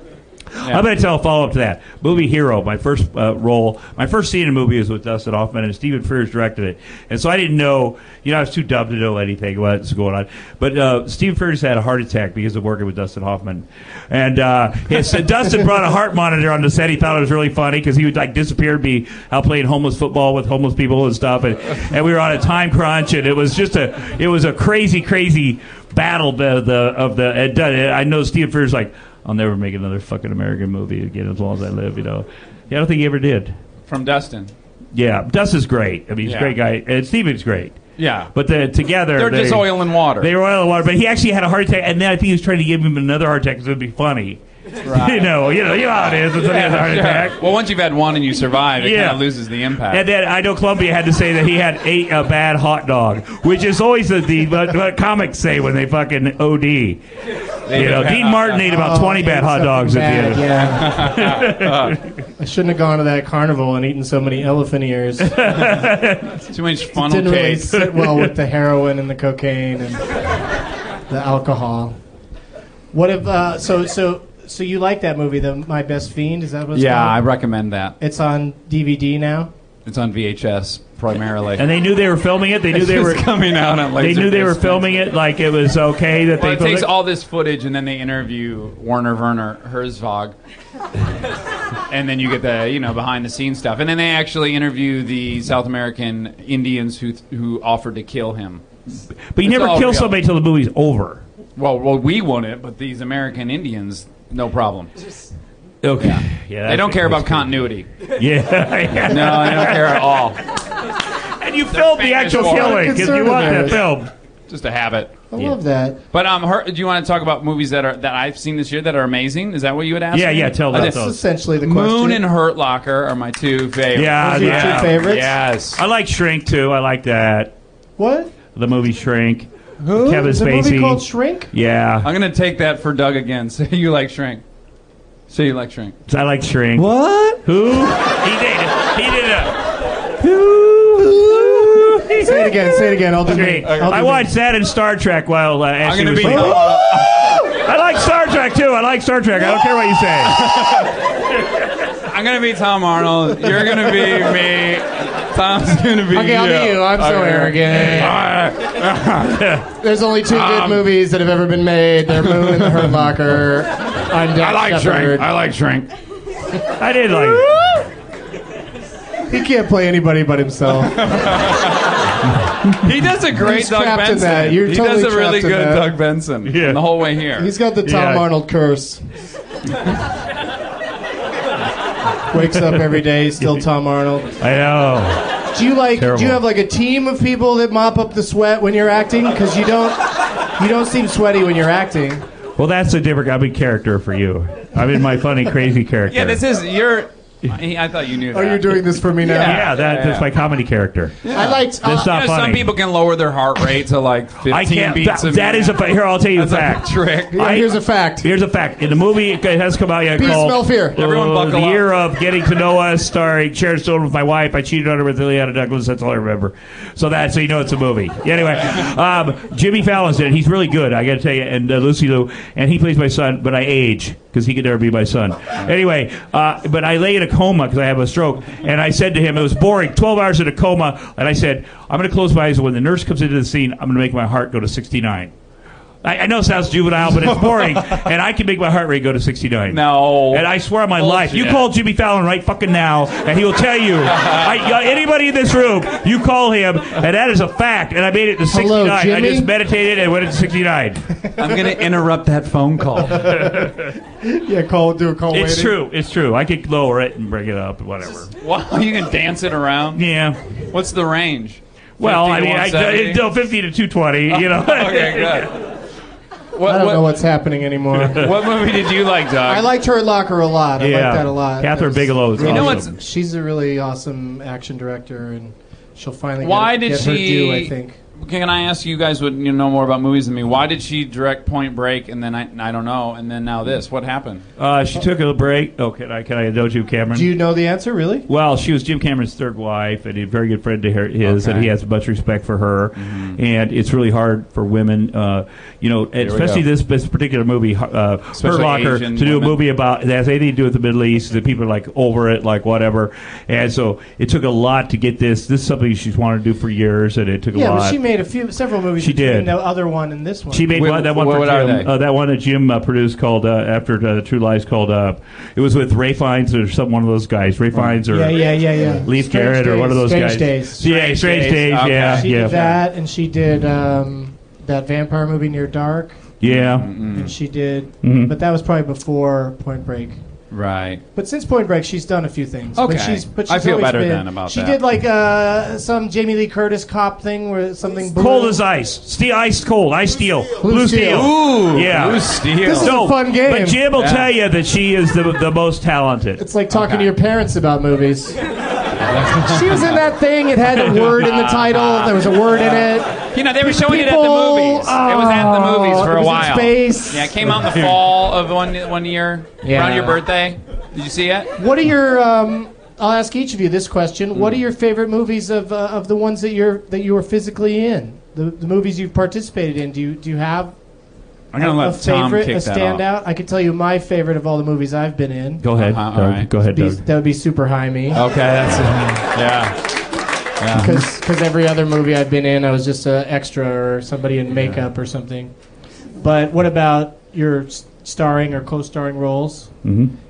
I'm going to tell a follow up to that. Movie Hero, my first uh, role, my first scene in a movie was with Dustin Hoffman, and Stephen Frears directed it. And so I didn't know, you know, I was too dumb to know anything about what's going on. But uh, Stephen Frears had a heart attack because of working with Dustin Hoffman. And uh, his, Dustin brought a heart monitor on the set. He thought it was really funny because he would, like, disappear and be out playing homeless football with homeless people and stuff. And, and we were on a time crunch, and it was just a, it was a crazy, crazy battle the, the of the it done it. I know Steve Frears like I'll never make another fucking American movie again as long as I live. You know, yeah, I don't think he ever did.
From Dustin.
Yeah, Dust is great. I mean, he's
Yeah.
a great guy, and Steven's great.
Yeah.
But the, together
They're just oil and water.
They were oil and water, but he actually had a heart attack, and then I think he was trying to give him another heart attack because it'd be funny. [LAUGHS] you know, you know, you know how it is. when somebody has a heart attack.
Well, once you've had one and you survive, it
Yeah.
kind of loses the impact.
And then I know Columbia had to say that he had ate a bad hot dog, which is always the, the what, what comics say when they fucking OD. You know, Dean Martin ate
Oh,
about 20 bad hot dogs at the end.
Bad,
of it.
yeah.
[LAUGHS]
I shouldn't have gone to that carnival and eaten so many elephant ears. Didn't
Too much funnel
really
[LAUGHS]
cake.
sit well with
[LAUGHS]
the heroin and the cocaine and the alcohol. What if uh, so so so you like that movie, the My Best Fiend? Is that what it's
Yeah, I
called?
recommend that.
It's on DVD now.
It's on VHS primarily.
And they knew they were filming it. They knew
It's
they
[LAUGHS]
just
were
coming out on
they
Laserdisc.
knew they were filming it like it was okay that
Well,
they
it
filmed
takes
it.
all this footage, and then they interview Werner
[LAUGHS]
Werner Herzog, and then you get the you know behind the scenes stuff, and then they actually interview the South American Indians who who offered to kill him.
but you
it's
never
all
kill
real.
somebody till the movie's over. [LAUGHS]
Well, well, we won it, but these American Indians, no problem.
Okay. Yeah.
They don't
that's-
care about
that's
continuity.
good. Yeah. yeah.
No, they don't care at all.
[LAUGHS] And you filmed the
famous
actual
for it.
killing because you
Concerned
want
about
that
it.
filmed.
Just a habit.
I love that.
But um, her, do you want to talk about movies that are that I've seen this year that are amazing? Is that what you would ask?
Yeah,
me?
yeah, tell
I
us,
just-
tell
That's
us.
essentially the question.
Moon and Hurt Locker are my two favorites.
Yeah,
Those are your
yeah.
two favorites?
Yes.
I like Shrink too. I like that.
What?
The movie Shrink.
Who?
Kevin
There's a movie
Spacey.
called Shrink?
Yeah,
I'm gonna take that for Doug again. [LAUGHS] Say you like shrink. Say you like shrink.
I like Shrink.
What?
Who? He did. it. He did it.
Say it again. Say it again. I'll do
Shrink.
it.
I watched that in Star Trek while uh,
I'm
Ashley
gonna
was
Oh,
be.
sleeping. I like Star Trek too. I like Star Trek. I don't care what you say.
I'm gonna be Tom Arnold. You're gonna be me. Tom's gonna be
Okay,
you.
I'll be you. I'm so
Okay.
arrogant. Um,
Alright.
[LAUGHS] There's only two good movies that have ever been made. They're Moon and The Hurt [LAUGHS] Locker. I'm Dan
I like
Shepherd.
shrink. I like shrink.
I did like. It.
He can't play anybody but [LAUGHS] himself.
He does a great
He's
Doug
trapped in
Benson.
that. You're
he
totally
does a really
trapped in
good
that.
Doug Benson.
Yeah.
The whole way here.
He's got the Tom
Yeah.
Arnold [LAUGHS] curse. Wakes up every day, still Tom Arnold.
I know.
Do you like? Do
Terrible.
you have like a team of people that mop up the sweat when you're acting? Because you don't, you don't seem sweaty when you're acting.
Well, that's a different. I'm in character for you. I'm in my funny, crazy character.
[LAUGHS] yeah, this is you're. I I thought you knew that.
Oh, you're doing this for me now.
Yeah, that,
Yeah,
that's
yeah.
my comedy character.
I liked. uh,
That's
You
not
know,
funny.
some people can lower their heart rate to like 15
I can't.
beats
That,
a
that
minute.
is a fa- here. I'll tell you the
That's
fact.
a trick.
Uh,
I-
here's a fact.
Here's a fact. In the movie, it has come out yet
Bees
called
smell fear.
uh,
Everyone buckle
the
up.
Year of Getting to Know Us, starring Sharon Stone with my wife. I cheated on her with Ileana Douglas. That's all I remember. So that, so you know it's a movie. Anyway, um, Jimmy Fallon's in it. He's really good. I got to tell you, and uh, Lucy Liu, and he plays my son, but I age because he could never be my son. Anyway, uh, but I lay in a coma because I have a stroke, and I said to him, it was boring, 12 hours in a coma, and I said, I'm going to close my eyes. and When the nurse comes into the scene, I'm going to make my heart go to 69. I, I know it sounds juvenile, but it's
[LAUGHS]
boring, and I can make my heart rate go to 69.
No.
And I swear on my
Bullshit.
life, you call Jimmy Fallon right fucking now, and he will tell you.
[LAUGHS]
I, y- anybody in this room, you call him, and that is a fact. And I made it to 69.
Hello,
I
Jimmy?
just meditated and went to 69.
I'm going to interrupt that phone call.
[LAUGHS]
Yeah, call. Do a call.
It's
waiting.
true. It's true. I could lower it and bring it up, whatever.
Wow, you can dance it around.
Yeah.
What's the range?
Well,
50
I
to
mean, I,
170?
no, 50 to 220, you know.
[LAUGHS] okay, good.
I
What,
don't know
what,
what's happening anymore.
[LAUGHS]
what movie did you like, Doug?
I liked her locker a lot. I
Yeah.
like that a lot.
Catherine
That was
Bigelow is
really-
You
know awesome. what's-
She's a really awesome action director, and she'll finally
Why
get,
did
get her
she-
due. I think
can I ask you guys what you know more about movies than me? Why did she direct Point Break and then I, I don't know and then now this? What happened?
[LAUGHS] Uh, she took a break. Oh, can I can I indulge you, Cameron?
Do you know the answer, really?
Well, she was Jim Cameron's third wife, and a very good friend to her, his,
Okay. Mm-hmm.
and he has much respect for her. And it's really hard for women, uh, you know, especially
go.
this, this particular movie, uh, Hurt
Especially
Locker,
Asian
to do a
women.
movie about that has anything to do with the Middle East. That people are like over it, like whatever. And so it took a lot to get this. This is something she's wanted to do for years, and it took
Yeah,
a lot.
but she made a few, several movies.
She
between
did.
The other one and this one.
She made
Wait,
one, that
wh-
one for
what are they?
Jim. Uh, that one that Jim uh, produced called uh, after uh, True Lies called. Uh, it was with Ray Fiennes or some one of those guys. Ray Fiennes or
yeah, yeah, yeah, yeah.
Leaf
Strange
Garrett or
Days,
one of those
Strange
guys.
Days.
yeah, Strange
Days,
Days.
okay.
Yeah,
she
yeah,
did that, and she did um, that vampire movie Near Dark,
yeah.
Mm.
and she did.
Mhm.
But that was probably before Point Break.
Right.
But since Point Break, she's done a few things.
Okay.
but she's, but she's
I feel
always
better
been,
then about
she
that.
She did like uh, some Jamie Lee Curtis cop thing where something blue.
Cold as ice, steel, ice cold, ice steel, blue steel.
Ooh.
Yeah.
Blue Steel.
This is a
No,
fun game.
But Jim will
Yeah.
tell you that she is the the most talented.
It's like talking
Okay.
to your parents about
[LAUGHS]
movies. she was in that thing. It had a word in the title. There was a word in it.
You know, they were showing it at
People-
the movies. it was at the movies
oh,
for
it
a
was in
while.
space.
Yeah, it came out in the fall of one one year
Yeah.
around your birthday. Did you see it?
What are your? Um, I'll ask each of you this question. What are
Mm.
your favorite movies of uh, of the ones that you're that you were physically in? The, the movies you've participated in. Do you do you have
I'm gonna
a,
let Tom
favorite,
kick
a
that off.
standout? I could tell you my favorite of all the movies I've been in.
Go ahead,
Uh-huh, all
Doug.
right.
Go ahead,
Be,
Doug.
that would be super high me.
Okay, that's yeah.
Uh-huh.
because every other movie I've been in, I was just an extra or somebody in makeup or something. But what about your s- starring or co-starring roles?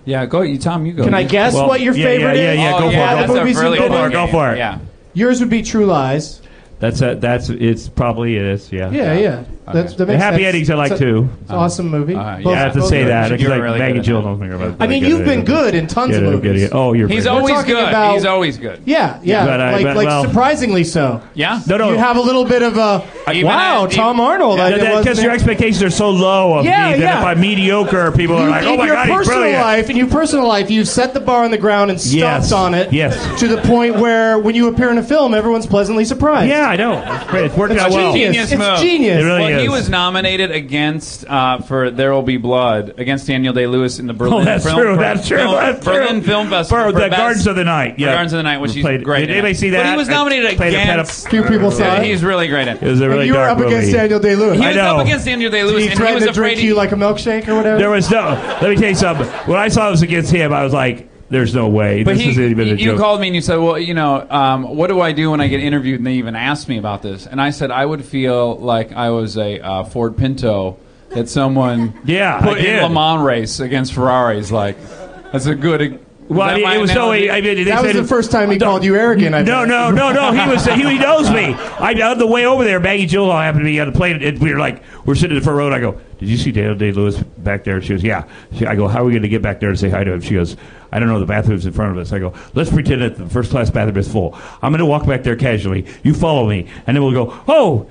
Yeah, go you Tom, you go.
Can I guess
Well,
what your
yeah,
favorite
yeah,
is?
yeah, go
oh,
for it,
yeah,
go
that's
for
a
Movies you've
really
been
go for
good
it, go
game.
for it.
Yeah.
Yours would be True Lies.
That's a, that's it's probably it is. Yeah.
Yeah, yeah. That's, that
The
makes
happy
sense.
endings I like
It's a-
too.
It's an awesome movie.
all right,
I
Uh, yeah.
have to
both
say
good.
that. It's
You're
like
really
Maggie
good at
Jill
that.
don't think about.
I mean, you've been good in tons
Yeah,
of
they're
movies.
good. Yeah. Oh, you're.
He's
very good.
always
talking
good.
about-
He's always good.
Yeah, yeah,
But I-
like,
but-
like
well-
surprisingly so.
Yeah? Uh,
No, no.
You have a little bit of a
Even
wow,
at-
Tom Arnold. I- it wasn't
Because your
it.
expectations are so low of
Yeah,
me that
yeah.
if I'm mediocre, people are
You-
like, "Oh
in
my
your
god, he's
personal
brilliant."
life, in your personal life, you've set the bar on the ground and stomped
Yes.
on it.
Yes.
To the point where, when you appear in a film, everyone's pleasantly surprised.
Yeah, I know. It's, great. It's working
It's
out well.
genius.
Genius
it's
move.
genius.
It really
Well, he
is.
was nominated against uh, for "There Will Be Blood" against Daniel Day Lewis in the Berlin.
Oh, that's
Film,
true. That's true.
Film,
that's true.
Berlin Film Festival.
For
for
the
best-
Gardens of the Night.
for
Yeah.
Gardens of the Night, which he's
Played-
great.
Did
in.
anybody see that?
But he was
I
nominated
played a pedop-
against.
Few people saw it.
He's really great at.
It
it.
was a really
and you were
dark
up against
movie.
Daniel Day Lewis.
He
I
was
know.
up against Daniel Day Lewis,
He
and he
threatened
was
to
afraid.
drink
He,
you like a milkshake or whatever.
There was no. Let me tell you something. When I saw it was against him, I was like, "There's no way.
but
this
he,
isn't even a
you
joke."
called me and you said, "Well, you know, um, what do I do when I get interviewed?" And they even asked me about this, and I said, "I would feel like I was a uh, Ford Pinto that someone
[LAUGHS] Yeah, I
put in
did.
Le Mans race against Ferraris." Like, that's a good. e-"
well, I mean, it was no. I mean, they
that was
said-
the first time he called you arrogant. I
No,
bet.
no, no, no. He was he, he knows me. I on the way over there, Maggie Gyllenhaal happened to be on the plane, and we were like we're sitting in the front row, and I go, "Did you see Daniel Day Lewis back there?" She goes, "Yeah." She, I go, "How are we going to get back there and say hi to him?" She goes, "I don't know. The bathroom's in front of us." I go, "Let's pretend that the first class bathroom is full. I'm going to walk back there casually. You follow me, and then we'll go. Oh,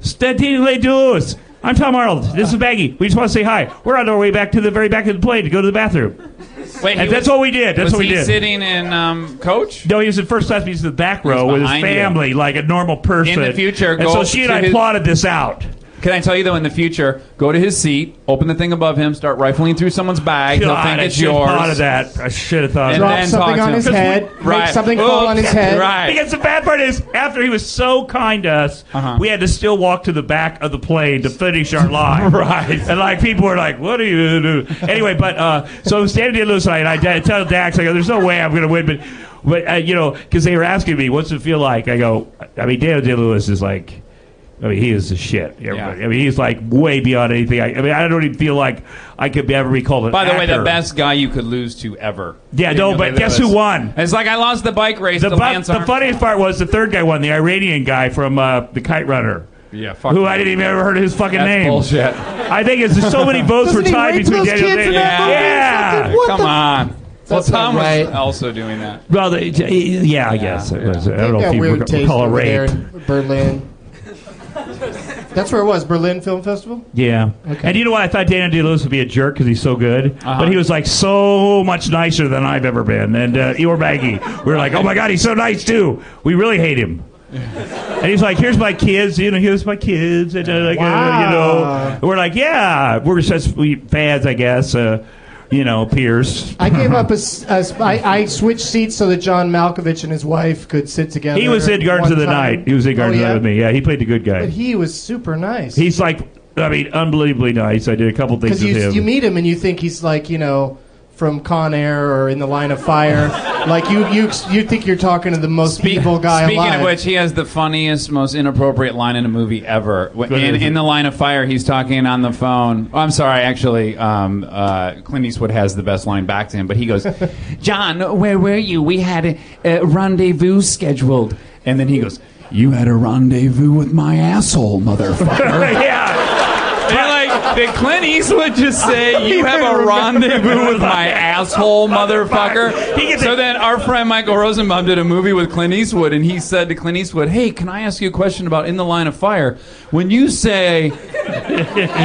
it's Daniel Day Lewis." I'm Tom Arnold. This is Maggie. We just want to say hi. We're on our way back to the very back of the plane to go to the bathroom.
Wait, he
And that's
was-
what we did. That's
was
what we
he
did.
sitting in um, coach?
No, he was in first class, but he's in the back row
He's
with his
behind you.
family, like a normal person.
In the future,
and
go
so she and
to
I
his-
plotted this out.
Can I tell you though? In the future, go to his seat, open the thing above him, start rifling through someone's bag.
God,
He'll think
I
it's
should have
yours.
thought of that. I should have thought
And
of
Drop
that.
then
something
talk
on
to
his
him.
head. Make something fall on his head.
Right.
Because the bad part is, after he was so kind to us,
Uh-huh.
we had to still walk to the back of the plane to finish our
[LAUGHS]
line. right. And like people were like, "What are you gonna do?" Anyway, but uh, so standing there losing, and I d- tell Dax, I go, "There's no way I'm going to win," but but uh, you know, because they were asking me, "What's it feel like?" I go, "I mean, Daniel Day Lewis is like." I mean, he is the shit. Everybody.
Yeah.
I mean, he's like way beyond anything. I, I mean, I don't even feel like I could ever be called an
By the way, the
actor.
best guy you could lose to ever.
Yeah, no, but guess who won?
It's like I lost the bike race
The,
to
bu-
Lance
the
Armstrong.
funniest part was the third guy won, the Iranian guy from uh, the Kite Runner.
Yeah, fuck
who
him.
I didn't even ever heard his fucking
That's
name.
bullshit.
I think it's just so many votes were
Doesn't he
tied
rape
between
those
Daniel
kids
Day.
in that movie or
Yeah.
something? What
Come
the-
on. Well,
That's not
Tom
right.
was also doing that.
Well, the, yeah, I guess it was. I don't know
Yeah,
if you
weird
would
taste
call it
over there
rape.
in Berlin. That's where it was, Berlin Film Festival.
Yeah. And you know what? I thought Daniel Day Lewis would be a jerk because he's so good,
Uh-huh.
but he was like so much nicer than I've ever been. And uh, Eeyore Maggie, we were like, oh my god, he's so nice too. We really hate him. And he's like, "Here's my kids, you know, here's my kids," and uh, like, uh, you
Wow.
know, we're like, "Yeah, we're such we- fads, I guess." Uh, you know, Pierce.
I gave up a s a s I I switched seats so that John Malkovich and his wife could sit together.
He was in Gardens
one
of the
time.
Night. He was in Gardens
Oh, yeah?
of the Night with me. Yeah, he played the good guy.
But he was super nice.
he's like, I mean, unbelievably nice. I did a couple things
because
with
you,
him.
you meet him and you think he's like you know from Con Air or in the Line of Fire. like you you you think you're talking to the most evil guy
Speaking
alive.
of which, he has the funniest, most inappropriate line in a movie ever. W- In,
is it?
in the line of fire, he's talking on the phone. Oh, I'm sorry, actually, um, uh, Clint Eastwood has the best line back to him, but
[LAUGHS]
he goes, "John, where were you? We had a, a rendezvous scheduled," and then he goes. You had a rendezvous with my asshole,
[LAUGHS]
motherfucker. [LAUGHS]
yeah.
They're like, did Clint Eastwood
[LAUGHS]
just say you have a rendezvous with my asshole, motherfucker?
He gets
so
it.
then our friend Michael Rosenbaum did a movie with Clint Eastwood, and he said to Clint Eastwood, "Hey, can I ask you a question about In the Line of Fire? When you say
[LAUGHS]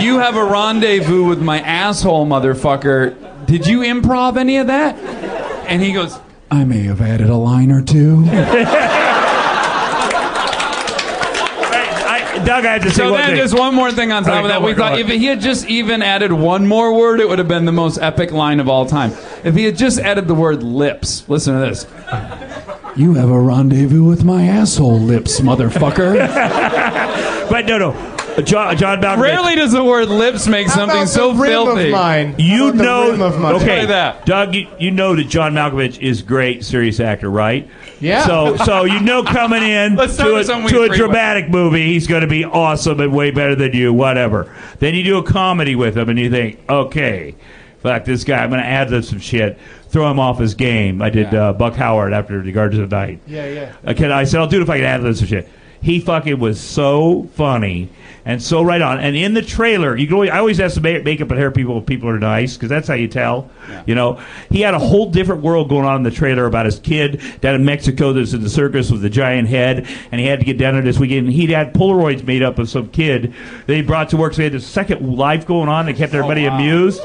you have a rendezvous with my asshole, motherfucker, did you improv any of that?" And he goes, "I may have added a line or two.
I, I, Doug, I have to say
So
one
then,
thing.
just one more thing on top
Okay,
of that.
go
We
on, go
thought
on.
if he had just even added one more word, it would have been the most epic line of all time. If he had just added the word lips, listen to this. You have a rendezvous with my asshole lips, motherfucker.
but no, no. John, John Malkovich.
[LAUGHS] Rarely does the word lips make
How about the
something so
rim
filthy.
Of mine?
You
How about the
know,
rim of mine?
okay,
Try that.
Doug. You, you know that John Malkovich is great serious actor, right?
Yeah.
So so you know coming in
[LAUGHS] Let's start
to a,
with something we
to a
agree with.
dramatic movie, he's going to be awesome and way better than you, whatever. Then you do a comedy with him, and you think, okay, fuck this guy. I'm going to add him some shit, throw him off his game. I did
Yeah.
uh, Buck Howard after The Guardians of the Night.
Yeah, yeah.
Uh, Can I said I'll do it if I can add this or shit. He fucking was so funny and so right on. And in the trailer, you can always, I always ask the ma- makeup and hair people if people are nice because that's how you tell. You know, he had a whole different world going on in the trailer about his kid down in Mexico that's in the circus with the giant head, and he had to get down there this weekend. And he'd had Polaroids made up of some kid that he brought to work. So he had this second life going on that kept
Oh,
everybody amused.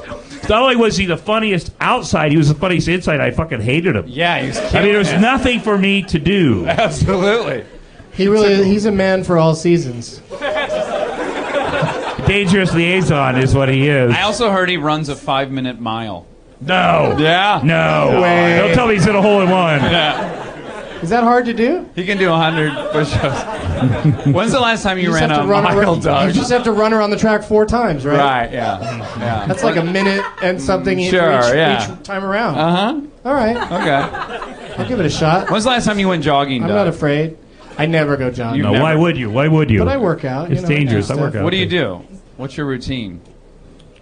Not only was he the funniest outside, he was the funniest inside. I fucking hated him.
Yeah, he's
I mean, there was
killing it.
nothing for me to
[LAUGHS]
do.
Absolutely.
He really he's a man for all seasons.
Dangerous liaison is what he is.
I also heard he runs a five minute mile.
no.
Yeah.
No.
way.
Don't tell me he's in a hole in one.
Is that hard to do?
He can do 100 push ups. [LAUGHS] When's the last time you, ran a mile,
around,
Doug?
You just have to run around the track four times, right? [LAUGHS]
Right, yeah. yeah.
That's like a minute and something each-
Sure,
each,
yeah.
each time around.
Uh
All right,
huh. Okay.
I'll give it a shot.
When's the last time you went jogging,
I'm
Doug?
not afraid. I never go jogging.
You-
No,
Never.
why would you? Why would you?
But I work out, you
It's
know,
dangerous. I
and
work
stuff.
out.
What do you do? What's your routine?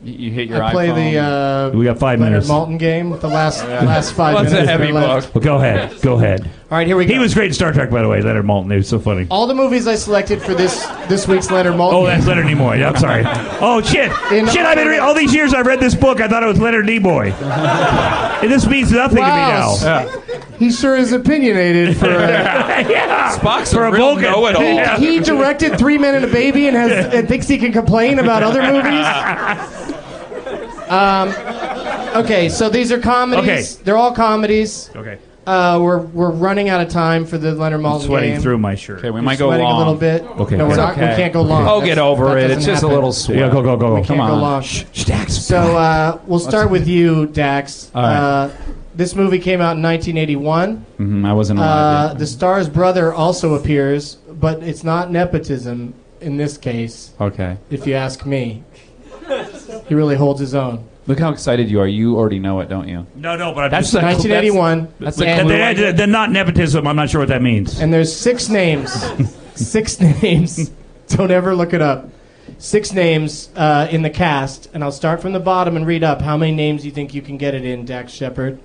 You, you hit your
I play
iPhone.
the uh,
We got five
Leonard
minutes.
Malton game with the last last five
Well, it's
minutes.
a
that are
heavy
left.
book.
Well,
[LAUGHS]
go ahead. Go ahead.
All right, here we go.
He was great in Star Trek, by the way. Leonard Maltin. He was so funny.
all the movies I selected for this this week's Leonard Malton.
Oh, that's Leonard Nimoy. Yeah,
[LAUGHS]
I'm sorry. Oh shit!
In-
shit! I've been re- all these years. I've read this book. I thought it was
[LAUGHS]
Leonard Nimoy. and this means nothing
Wow.
to me now.
he sure is opinionated
[LAUGHS]
for.
yeah.
Spock's
For
a
a
real
Vulcan. [LAUGHS]
know-it-all.
Yeah.
He directed Three Men and a Baby and has and thinks he can complain about other movies. Um, okay, so these are comedies.
Okay.
They're all comedies.
Okay.
Uh, we're we're running out of time for the Leonard
I'm
Maltin
sweating
game.
through my shirt.
Okay, we might go
Sweating
long.
a little bit.
Okay,
no, we're
it's
not,
okay.
we can't go long.
Oh,
That's-
get over
that
it. It's
doesn't
just a
happen.
little sweat.
Yeah. Go. Go. Go.
We
go.
can't
Come
go
on.
long.
Stacks.
So uh, we'll start with you, Dax.
All right.
Uh, this movie came out in 1981.
Mm, I wasn't
Uh,
alive.
the star's brother also appears, but it's not nepotism in this case,
yet. okay.
if you ask me. He really holds his own.
Look how excited you are. You already know it, don't you?
No, no. But I'm
That's
just.
the-
1981.
that's a
and,
clue.
They're, they're- they're not nepotism. I'm not sure what that means.
and there's six
[LAUGHS]
names. six names. [LAUGHS] Don't ever look it up. Six names uh, in the cast, and I'll start from the bottom and read up how many names you think you can get it in, Dax Shepard.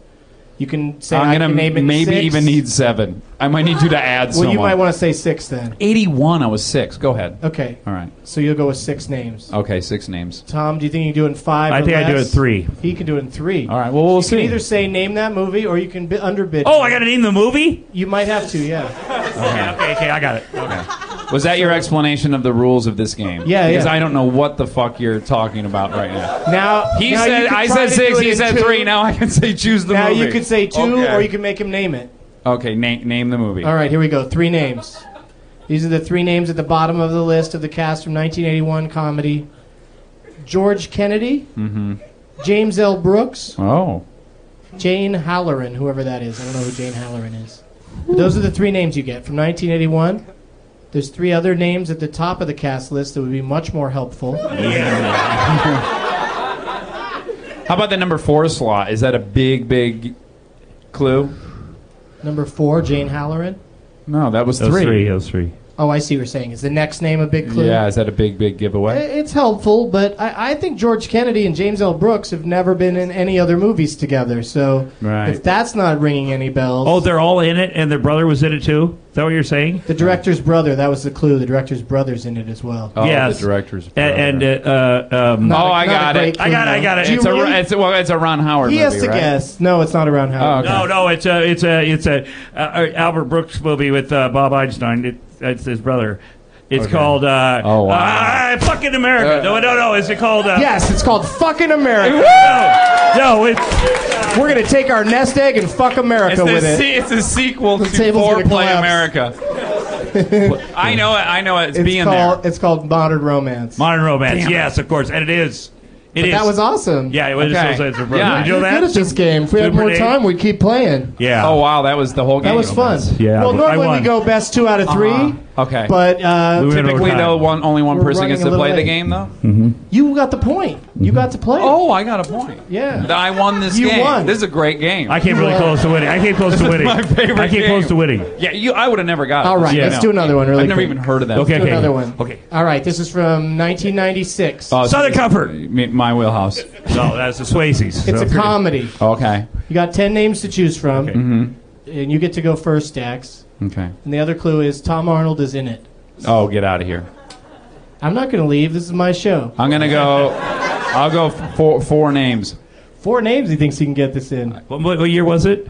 You can say I
I'm
can
gonna
name it
maybe
six.
even need seven. I might need you to add
Well,
someone.
you might want to say six then.
81. I was six. Go ahead.
Okay,
All right.
so you'll go with six names.
Okay. Six names.
Tom, do you think you can do it in five?
I
or
think I do it
less?
three.
He can do it in three.
All right. Well, we'll
You
see.
can either say name that movie or you can bi- underbid.
Oh, I got to name the movie.
You might have to, yeah.
Okay, okay, okay, I got it.
Was that your explanation of the rules of this game?
Yeah,
Because
yeah.
I don't know what the fuck you're talking about right now.
Now
He
now you
said
can
I
try
said
to
six.
do it
He
in
said
two.
three. Now I can say choose the
Now
movie.
you could say two
Okay.
or you can make him name it.
Okay, name name the movie.
All right, here we go. Three names. These are the three names at the bottom of the list of the cast from 1981 comedy George Kennedy,
Mm-hmm.
James L. Brooks,
Oh.
Jane Halloran, whoever that is. I don't know who Jane Halloran is. But those are the three names you get from 1981. There's three other names at the top of the cast list that would be much more helpful.
How about the number four slot? Is that a big, big clue?
Number four, Jane Halloran.
No, that was
Those
three.
three, those three.
Oh, I see what you're saying. Is the next name a big clue?
Yeah, is that a big, big
I-
giveaway?
It's helpful, but I, I think George Kennedy and James L. Brooks have never been in any other movies together. So
Right.
if that's not ringing any bells,
Oh, they're all in it, and their brother was in it too. Is that what you're saying?
the director's brother, that was the clue. The director's brother's in it as well.
Oh,
yes.
the director's.
And,
brother.
and uh, uh, um,
oh,
a- not
I
a
got
great
it.
clue,
I got it, I got
though.
it.
Do you
It's a,
really?
it's, a- well, it's a Ron Howard
he
movie,
has to
right?
guess. No, it's not around
Oh,
Howard.
okay.
No, no, it's a it's a it's a uh, uh, Albert Brooks movie with uh, Bob Einstein. It, it's his brother. It's called uh,
Oh, wow.
uh, Fucking America. no, no, no. Is it called? Uh,
Yes, it's called Fucking
[LAUGHS]
America.
No, no. It's
We're going to take our nest egg and fuck America
It's the,
with it.
se- it's the sequel to
table's gonna
Foreplay
collapse. [LAUGHS]
America. I know it. I know it. It's,
it's
being
called,
there.
It's called Modern Romance.
Modern Romance. yes, of course, and it is. It is.
that was awesome.
Yeah, it was
Okay.
also it's a brother.
Yeah.
Did you know
We're good at
that?
this game. If we had
Super
more
Dave.
time, we'd keep playing.
Yeah.
Oh wow, that was the whole game.
That was fun.
Yeah,
well,
I
normally we
won.
go best two out of 3
Okay.
but uh,
We went
Typically,
overtime.
though, one, only one
We're
person
running
gets
a
to
little
play the
late. Hmm.
game, though.
you got the point. You got to play.
Oh, I got a point.
Yeah.
That I won this
You
game.
won.
This is a great game.
I came really close to winning. I came close to winning.
my favorite
I came
game.
close to winning.
yeah, you. I would have never got.
All
it.
right,
Yeah.
let's do another one really
I've never
quick.
even heard of that.
Okay,
Do
okay.
another one.
Okay.
All right, this is from 1996.
Oh,
Southern
so-
Comfort.
Me- My wheelhouse.
No, that's the Swayze's.
it's a comedy.
Okay.
You got 10 names to choose from, and you get to go first, Dax.
Okay.
And the other clue is Tom Arnold is in it.
Oh, get out of here.
I'm not going to leave. This is my show.
I'm gonna go. I'll go f- four four names.
Four names he thinks he can get this in.
What, what, what year was it?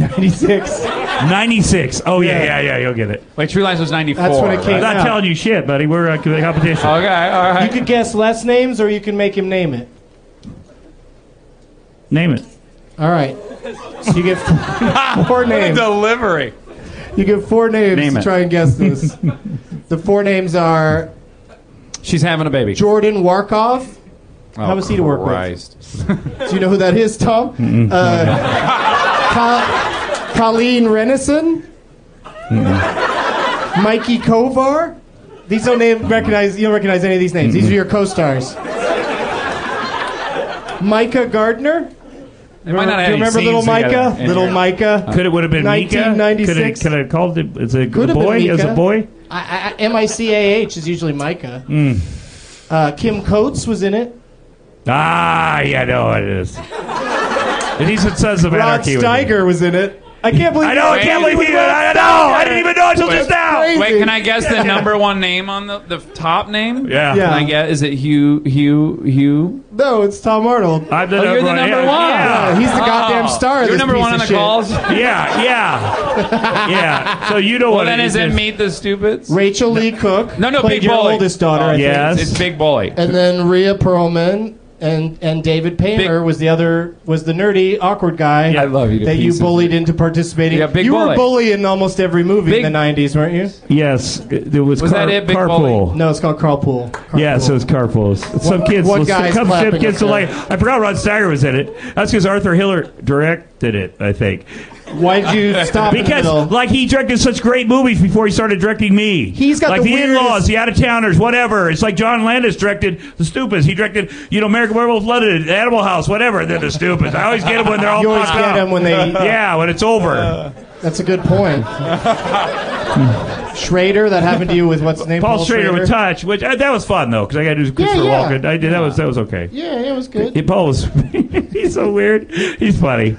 1996.
Ninety six. Oh yeah, yeah,
Yeah.
yeah. You'll get it.
Wait, True Lies was ninety four.
That's when it came
I'm not
out.
telling you shit, buddy. We're a competition.
Okay. All
You
right.
could guess less names, or you can make him name it.
Name it.
All right. So you get four, [LAUGHS] four names.
Delivery.
You get four names
Name
to
it.
try and guess
[LAUGHS]
this. the four names are
She's having a baby.
Jordan Warkov.
Oh,
How was he to work with?
Christ. [LAUGHS]
Do you know who that is, Tom? Uh, Col- Colleen Renison. Mikey Kovar. These don't name recognize. You don't recognize any of these names. These are your co-stars. Micah Gardner.
They might not have
Do you
any
remember
scenes
Little
together
Micah?
in
Little
here.
Micah.
Uh, Could it would have been Mika? Could it,
1996.
could it called it? Is it
Could
a
have been
boy? Is
Mika.
a boy?
I, I, M-I-C-A-H is usually Micah. Uh, Kim Coates was in it.
Ah, yeah, no, it is. At least it says of
Rod
anarchy. was in it.
Steiger was in it. I can't believe
I know. I can't
Wait,
believe
wait,
you. I know. I didn't even know until just now.
crazy.
Wait, can I guess the number one name on the, the top name?
Yeah.
Yeah.
Can I guess? Is it Hugh? Hugh? Hugh?
No, it's Tom Arnold.
I'm the
Oh,
number
you're the
one.
number
yeah,
one.
Yeah,
Oh.
he's the goddamn star of this
You're number
piece
one
of
on the
shit.
[LAUGHS]
calls.
Yeah. Yeah.
[LAUGHS]
Yeah. yeah. So you know
Well,
what?
then is it Meet the Stupids?
Rachel Lee Cook.
No, no,
played
Big
your
Bully.
oldest daughter.
Oh,
I think.
yeah.
It's,
Yes.
it's Big Bully.
And then Rhea Perlman and and David Payner
Big-
was the other was the nerdy awkward guy.
Yeah. I
love you to
That you
pieces.
bullied into participating.
Yeah, Big
you were
Bully.
bullied in almost every movie
Big-
in the '90s, weren't you?
Yes. It it was,
Was
car-
that it, Big
carpool.
No, it's called Carpool. Carpool.
Yeah, so it's carpools. Some kids,
one
some
guy's
[LAUGHS] some
clapping
kids
up
will like. I forgot Rod Steiger was in it. That's because Arthur Hiller directed it, I think.
Why would you stop? in the
Because
[LAUGHS]
middle?
like he directed such great movies before he started directing me.
He's got
like
the
the,
weirdest-
in-laws, the out-of-towners, whatever. It's like John Landis directed The Stupids. He directed you know American Werewolf in London, Animal House, whatever. They're The Stupids. I always get them when they're all
you always
fucked
get
up.
them when
[LAUGHS]
they. Uh,
Yeah, when it's over.
That's a good point. Schrader, that happened to you with what's his name?
Paul Schrader with Touch, which uh, that was fun though because I got to do Christopher
yeah.
Walken. I did that was that was okay.
Yeah, it was good.
He Paul was [LAUGHS] he's so weird. He's funny.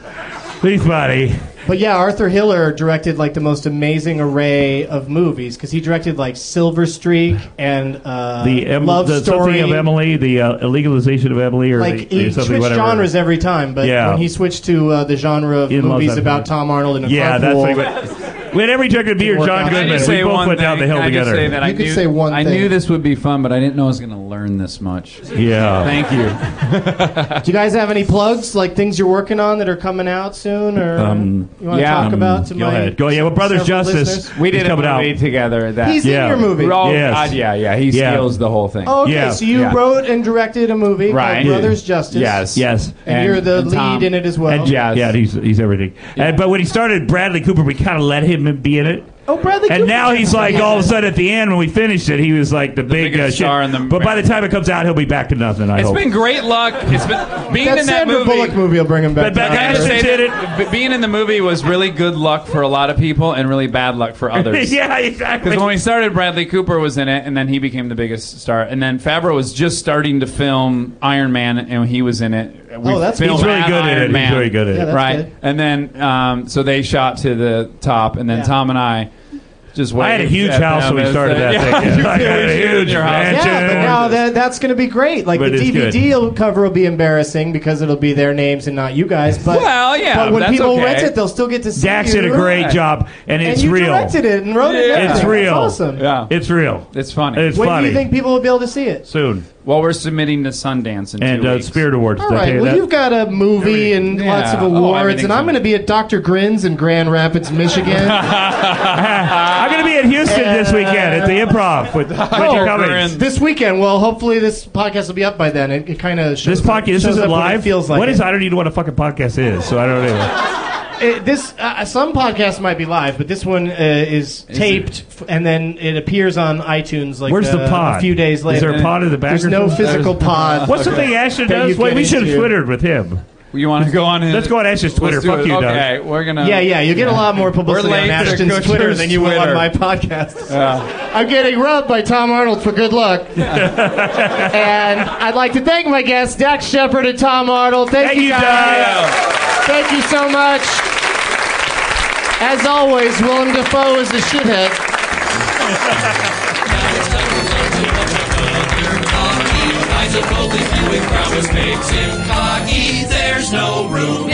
He's funny.
But yeah, Arthur Hiller directed like the most amazing array of movies because he directed like Silver Streak and uh,
The, em-
Love
the
Story.
something of Emily, the uh, legalization of Emily, or
Like
the,
he
or something
switched
whatever.
genres every time, but
Yeah.
when he switched to uh, the genre of
He loves
movies
that
about
movie.
Tom Arnold and a
Yeah, that's
carpool,
what he went. When every Chuck and Beer,
Didn't work
John
out.
Can I
Goodman,
just
we
say
both
one
went down
thing?
the hill
Can I just
together.
say that I
You could
knew-
say one
I
thing.
knew this would be fun, but I didn't know I was going to learn this much.
Yeah.
Thank you.
Do you guys have any plugs, like things you're working on that are coming out soon, or
Um,
you want to
yeah,
talk
um,
about? To
Go
my
ahead. Go yeah. Well, Brothers
several
Justice.
listeners?
We
is
did a
coming out.
movie together. That
He's
Yeah.
in your movie.
Raul-
Yes.
God, yeah, yeah. He
Yeah.
steals the whole thing.
Oh, okay.
Yeah.
So you
Yeah.
wrote and directed a movie
Right.
called Brothers Justice.
Yes.
Yes.
And, you're the
and
lead
Tom-
in it as well.
And
Yes.
yeah, he's he's everything. And, but when he started Bradley Cooper, we kind of let him be in it.
Oh, Bradley
And
Cooper.
now he's like all of a sudden at the end when we finished it, he was like the, big
biggest
uh, shit.
star in the-
but by the time it comes out, he'll be back to nothing. I
It's
hope. [LAUGHS]
been great luck. It's been being
that
in that
Sandra
movie.
Bullock movie will bring him back.
But back
to
I
life.
have to
Anderson
say
did
that b- being in the movie was really good luck for a lot of people and really bad luck for
[LAUGHS]
others.
yeah, exactly.
Because when we started, Bradley Cooper was in it, and then he became the biggest star. And then Favreau was just starting to film Iron Man, and he was in it. We
Oh, that's-
filmed
He's really
at
good at
Iron
it.
Man.
He's really good at
Yeah,
it.
that's
right.
good.
And then, um, so they shot to the top, and then
Yeah.
Tom and I just
I
waited.
had a huge house when we started
[LAUGHS]
that thing. Yeah, [LAUGHS] I had a huge mansion.
Yeah, but now that, that's going to be great. Like
But
the
it's
DVD cover will be embarrassing because it'll be their names and not you guys. But
Well, yeah,
but when
that's
people
okay.
rent it, they'll still get to see.
Dax
you.
did a great
Right.
job, and
And
it's
you
real.
directed it and wrote it.
Yeah.
and
It's
everything.
real.
That's awesome.
Yeah.
It's real.
It's funny.
It's
When
funny.
do you think people will be able to see it?
Soon.
well, we're submitting to Sundance in
And
two
uh,
weeks.
Spirit Awards. [LAUGHS]
[LAUGHS]
All
did I tell
right.
you
Well,
that?
you've got a movie and
Yeah.
lots of
Oh,
awards,
everything's
and I'm
on.
going to be at Dr. Grin's in Grand
[LAUGHS]
Rapids, Michigan.
I'm going to be in Houston this weekend at the
[LAUGHS]
Improv with
Oh,
Richard Cummings.
Corinne.
this weekend. Well, hopefully this podcast will be up by then. It, it kind of
This podcast, this isn't live.
Feels like
what
it.
is? I don't even know what a fucking podcast is, so I don't know.
It- this uh, some podcasts might be live, but this one uh, is taped f- and then it appears on iTunes like
Where's the
uh,
pod?
a few days
Is
later.
there a pod in the back
There's
or
no
something?
physical pod.
What's the thing Ashton
That you
does? Wait,
get
we should have
into.
Twittered with him.
You want to go on his?
Let's go on Ash's Twitter.
Let's do
Fuck
it.
you, Doug.
Okay, we're gonna.
Yeah, yeah, you get a lot more publicity
We're
on
late to
Ashton's
Kutcher's
Twitter than you will on
Twitter.
my podcast. I'm getting rubbed by Tom Arnold for good luck. [LAUGHS] and I'd like to thank my guests, Dax Shepard and Tom Arnold. Thank,
Thank you,
guys.
Doug.
Thank you so much. As always, Willem Dafoe is the shithead.
Eyes of gold, his viewing prowess makes him cocky. There's no room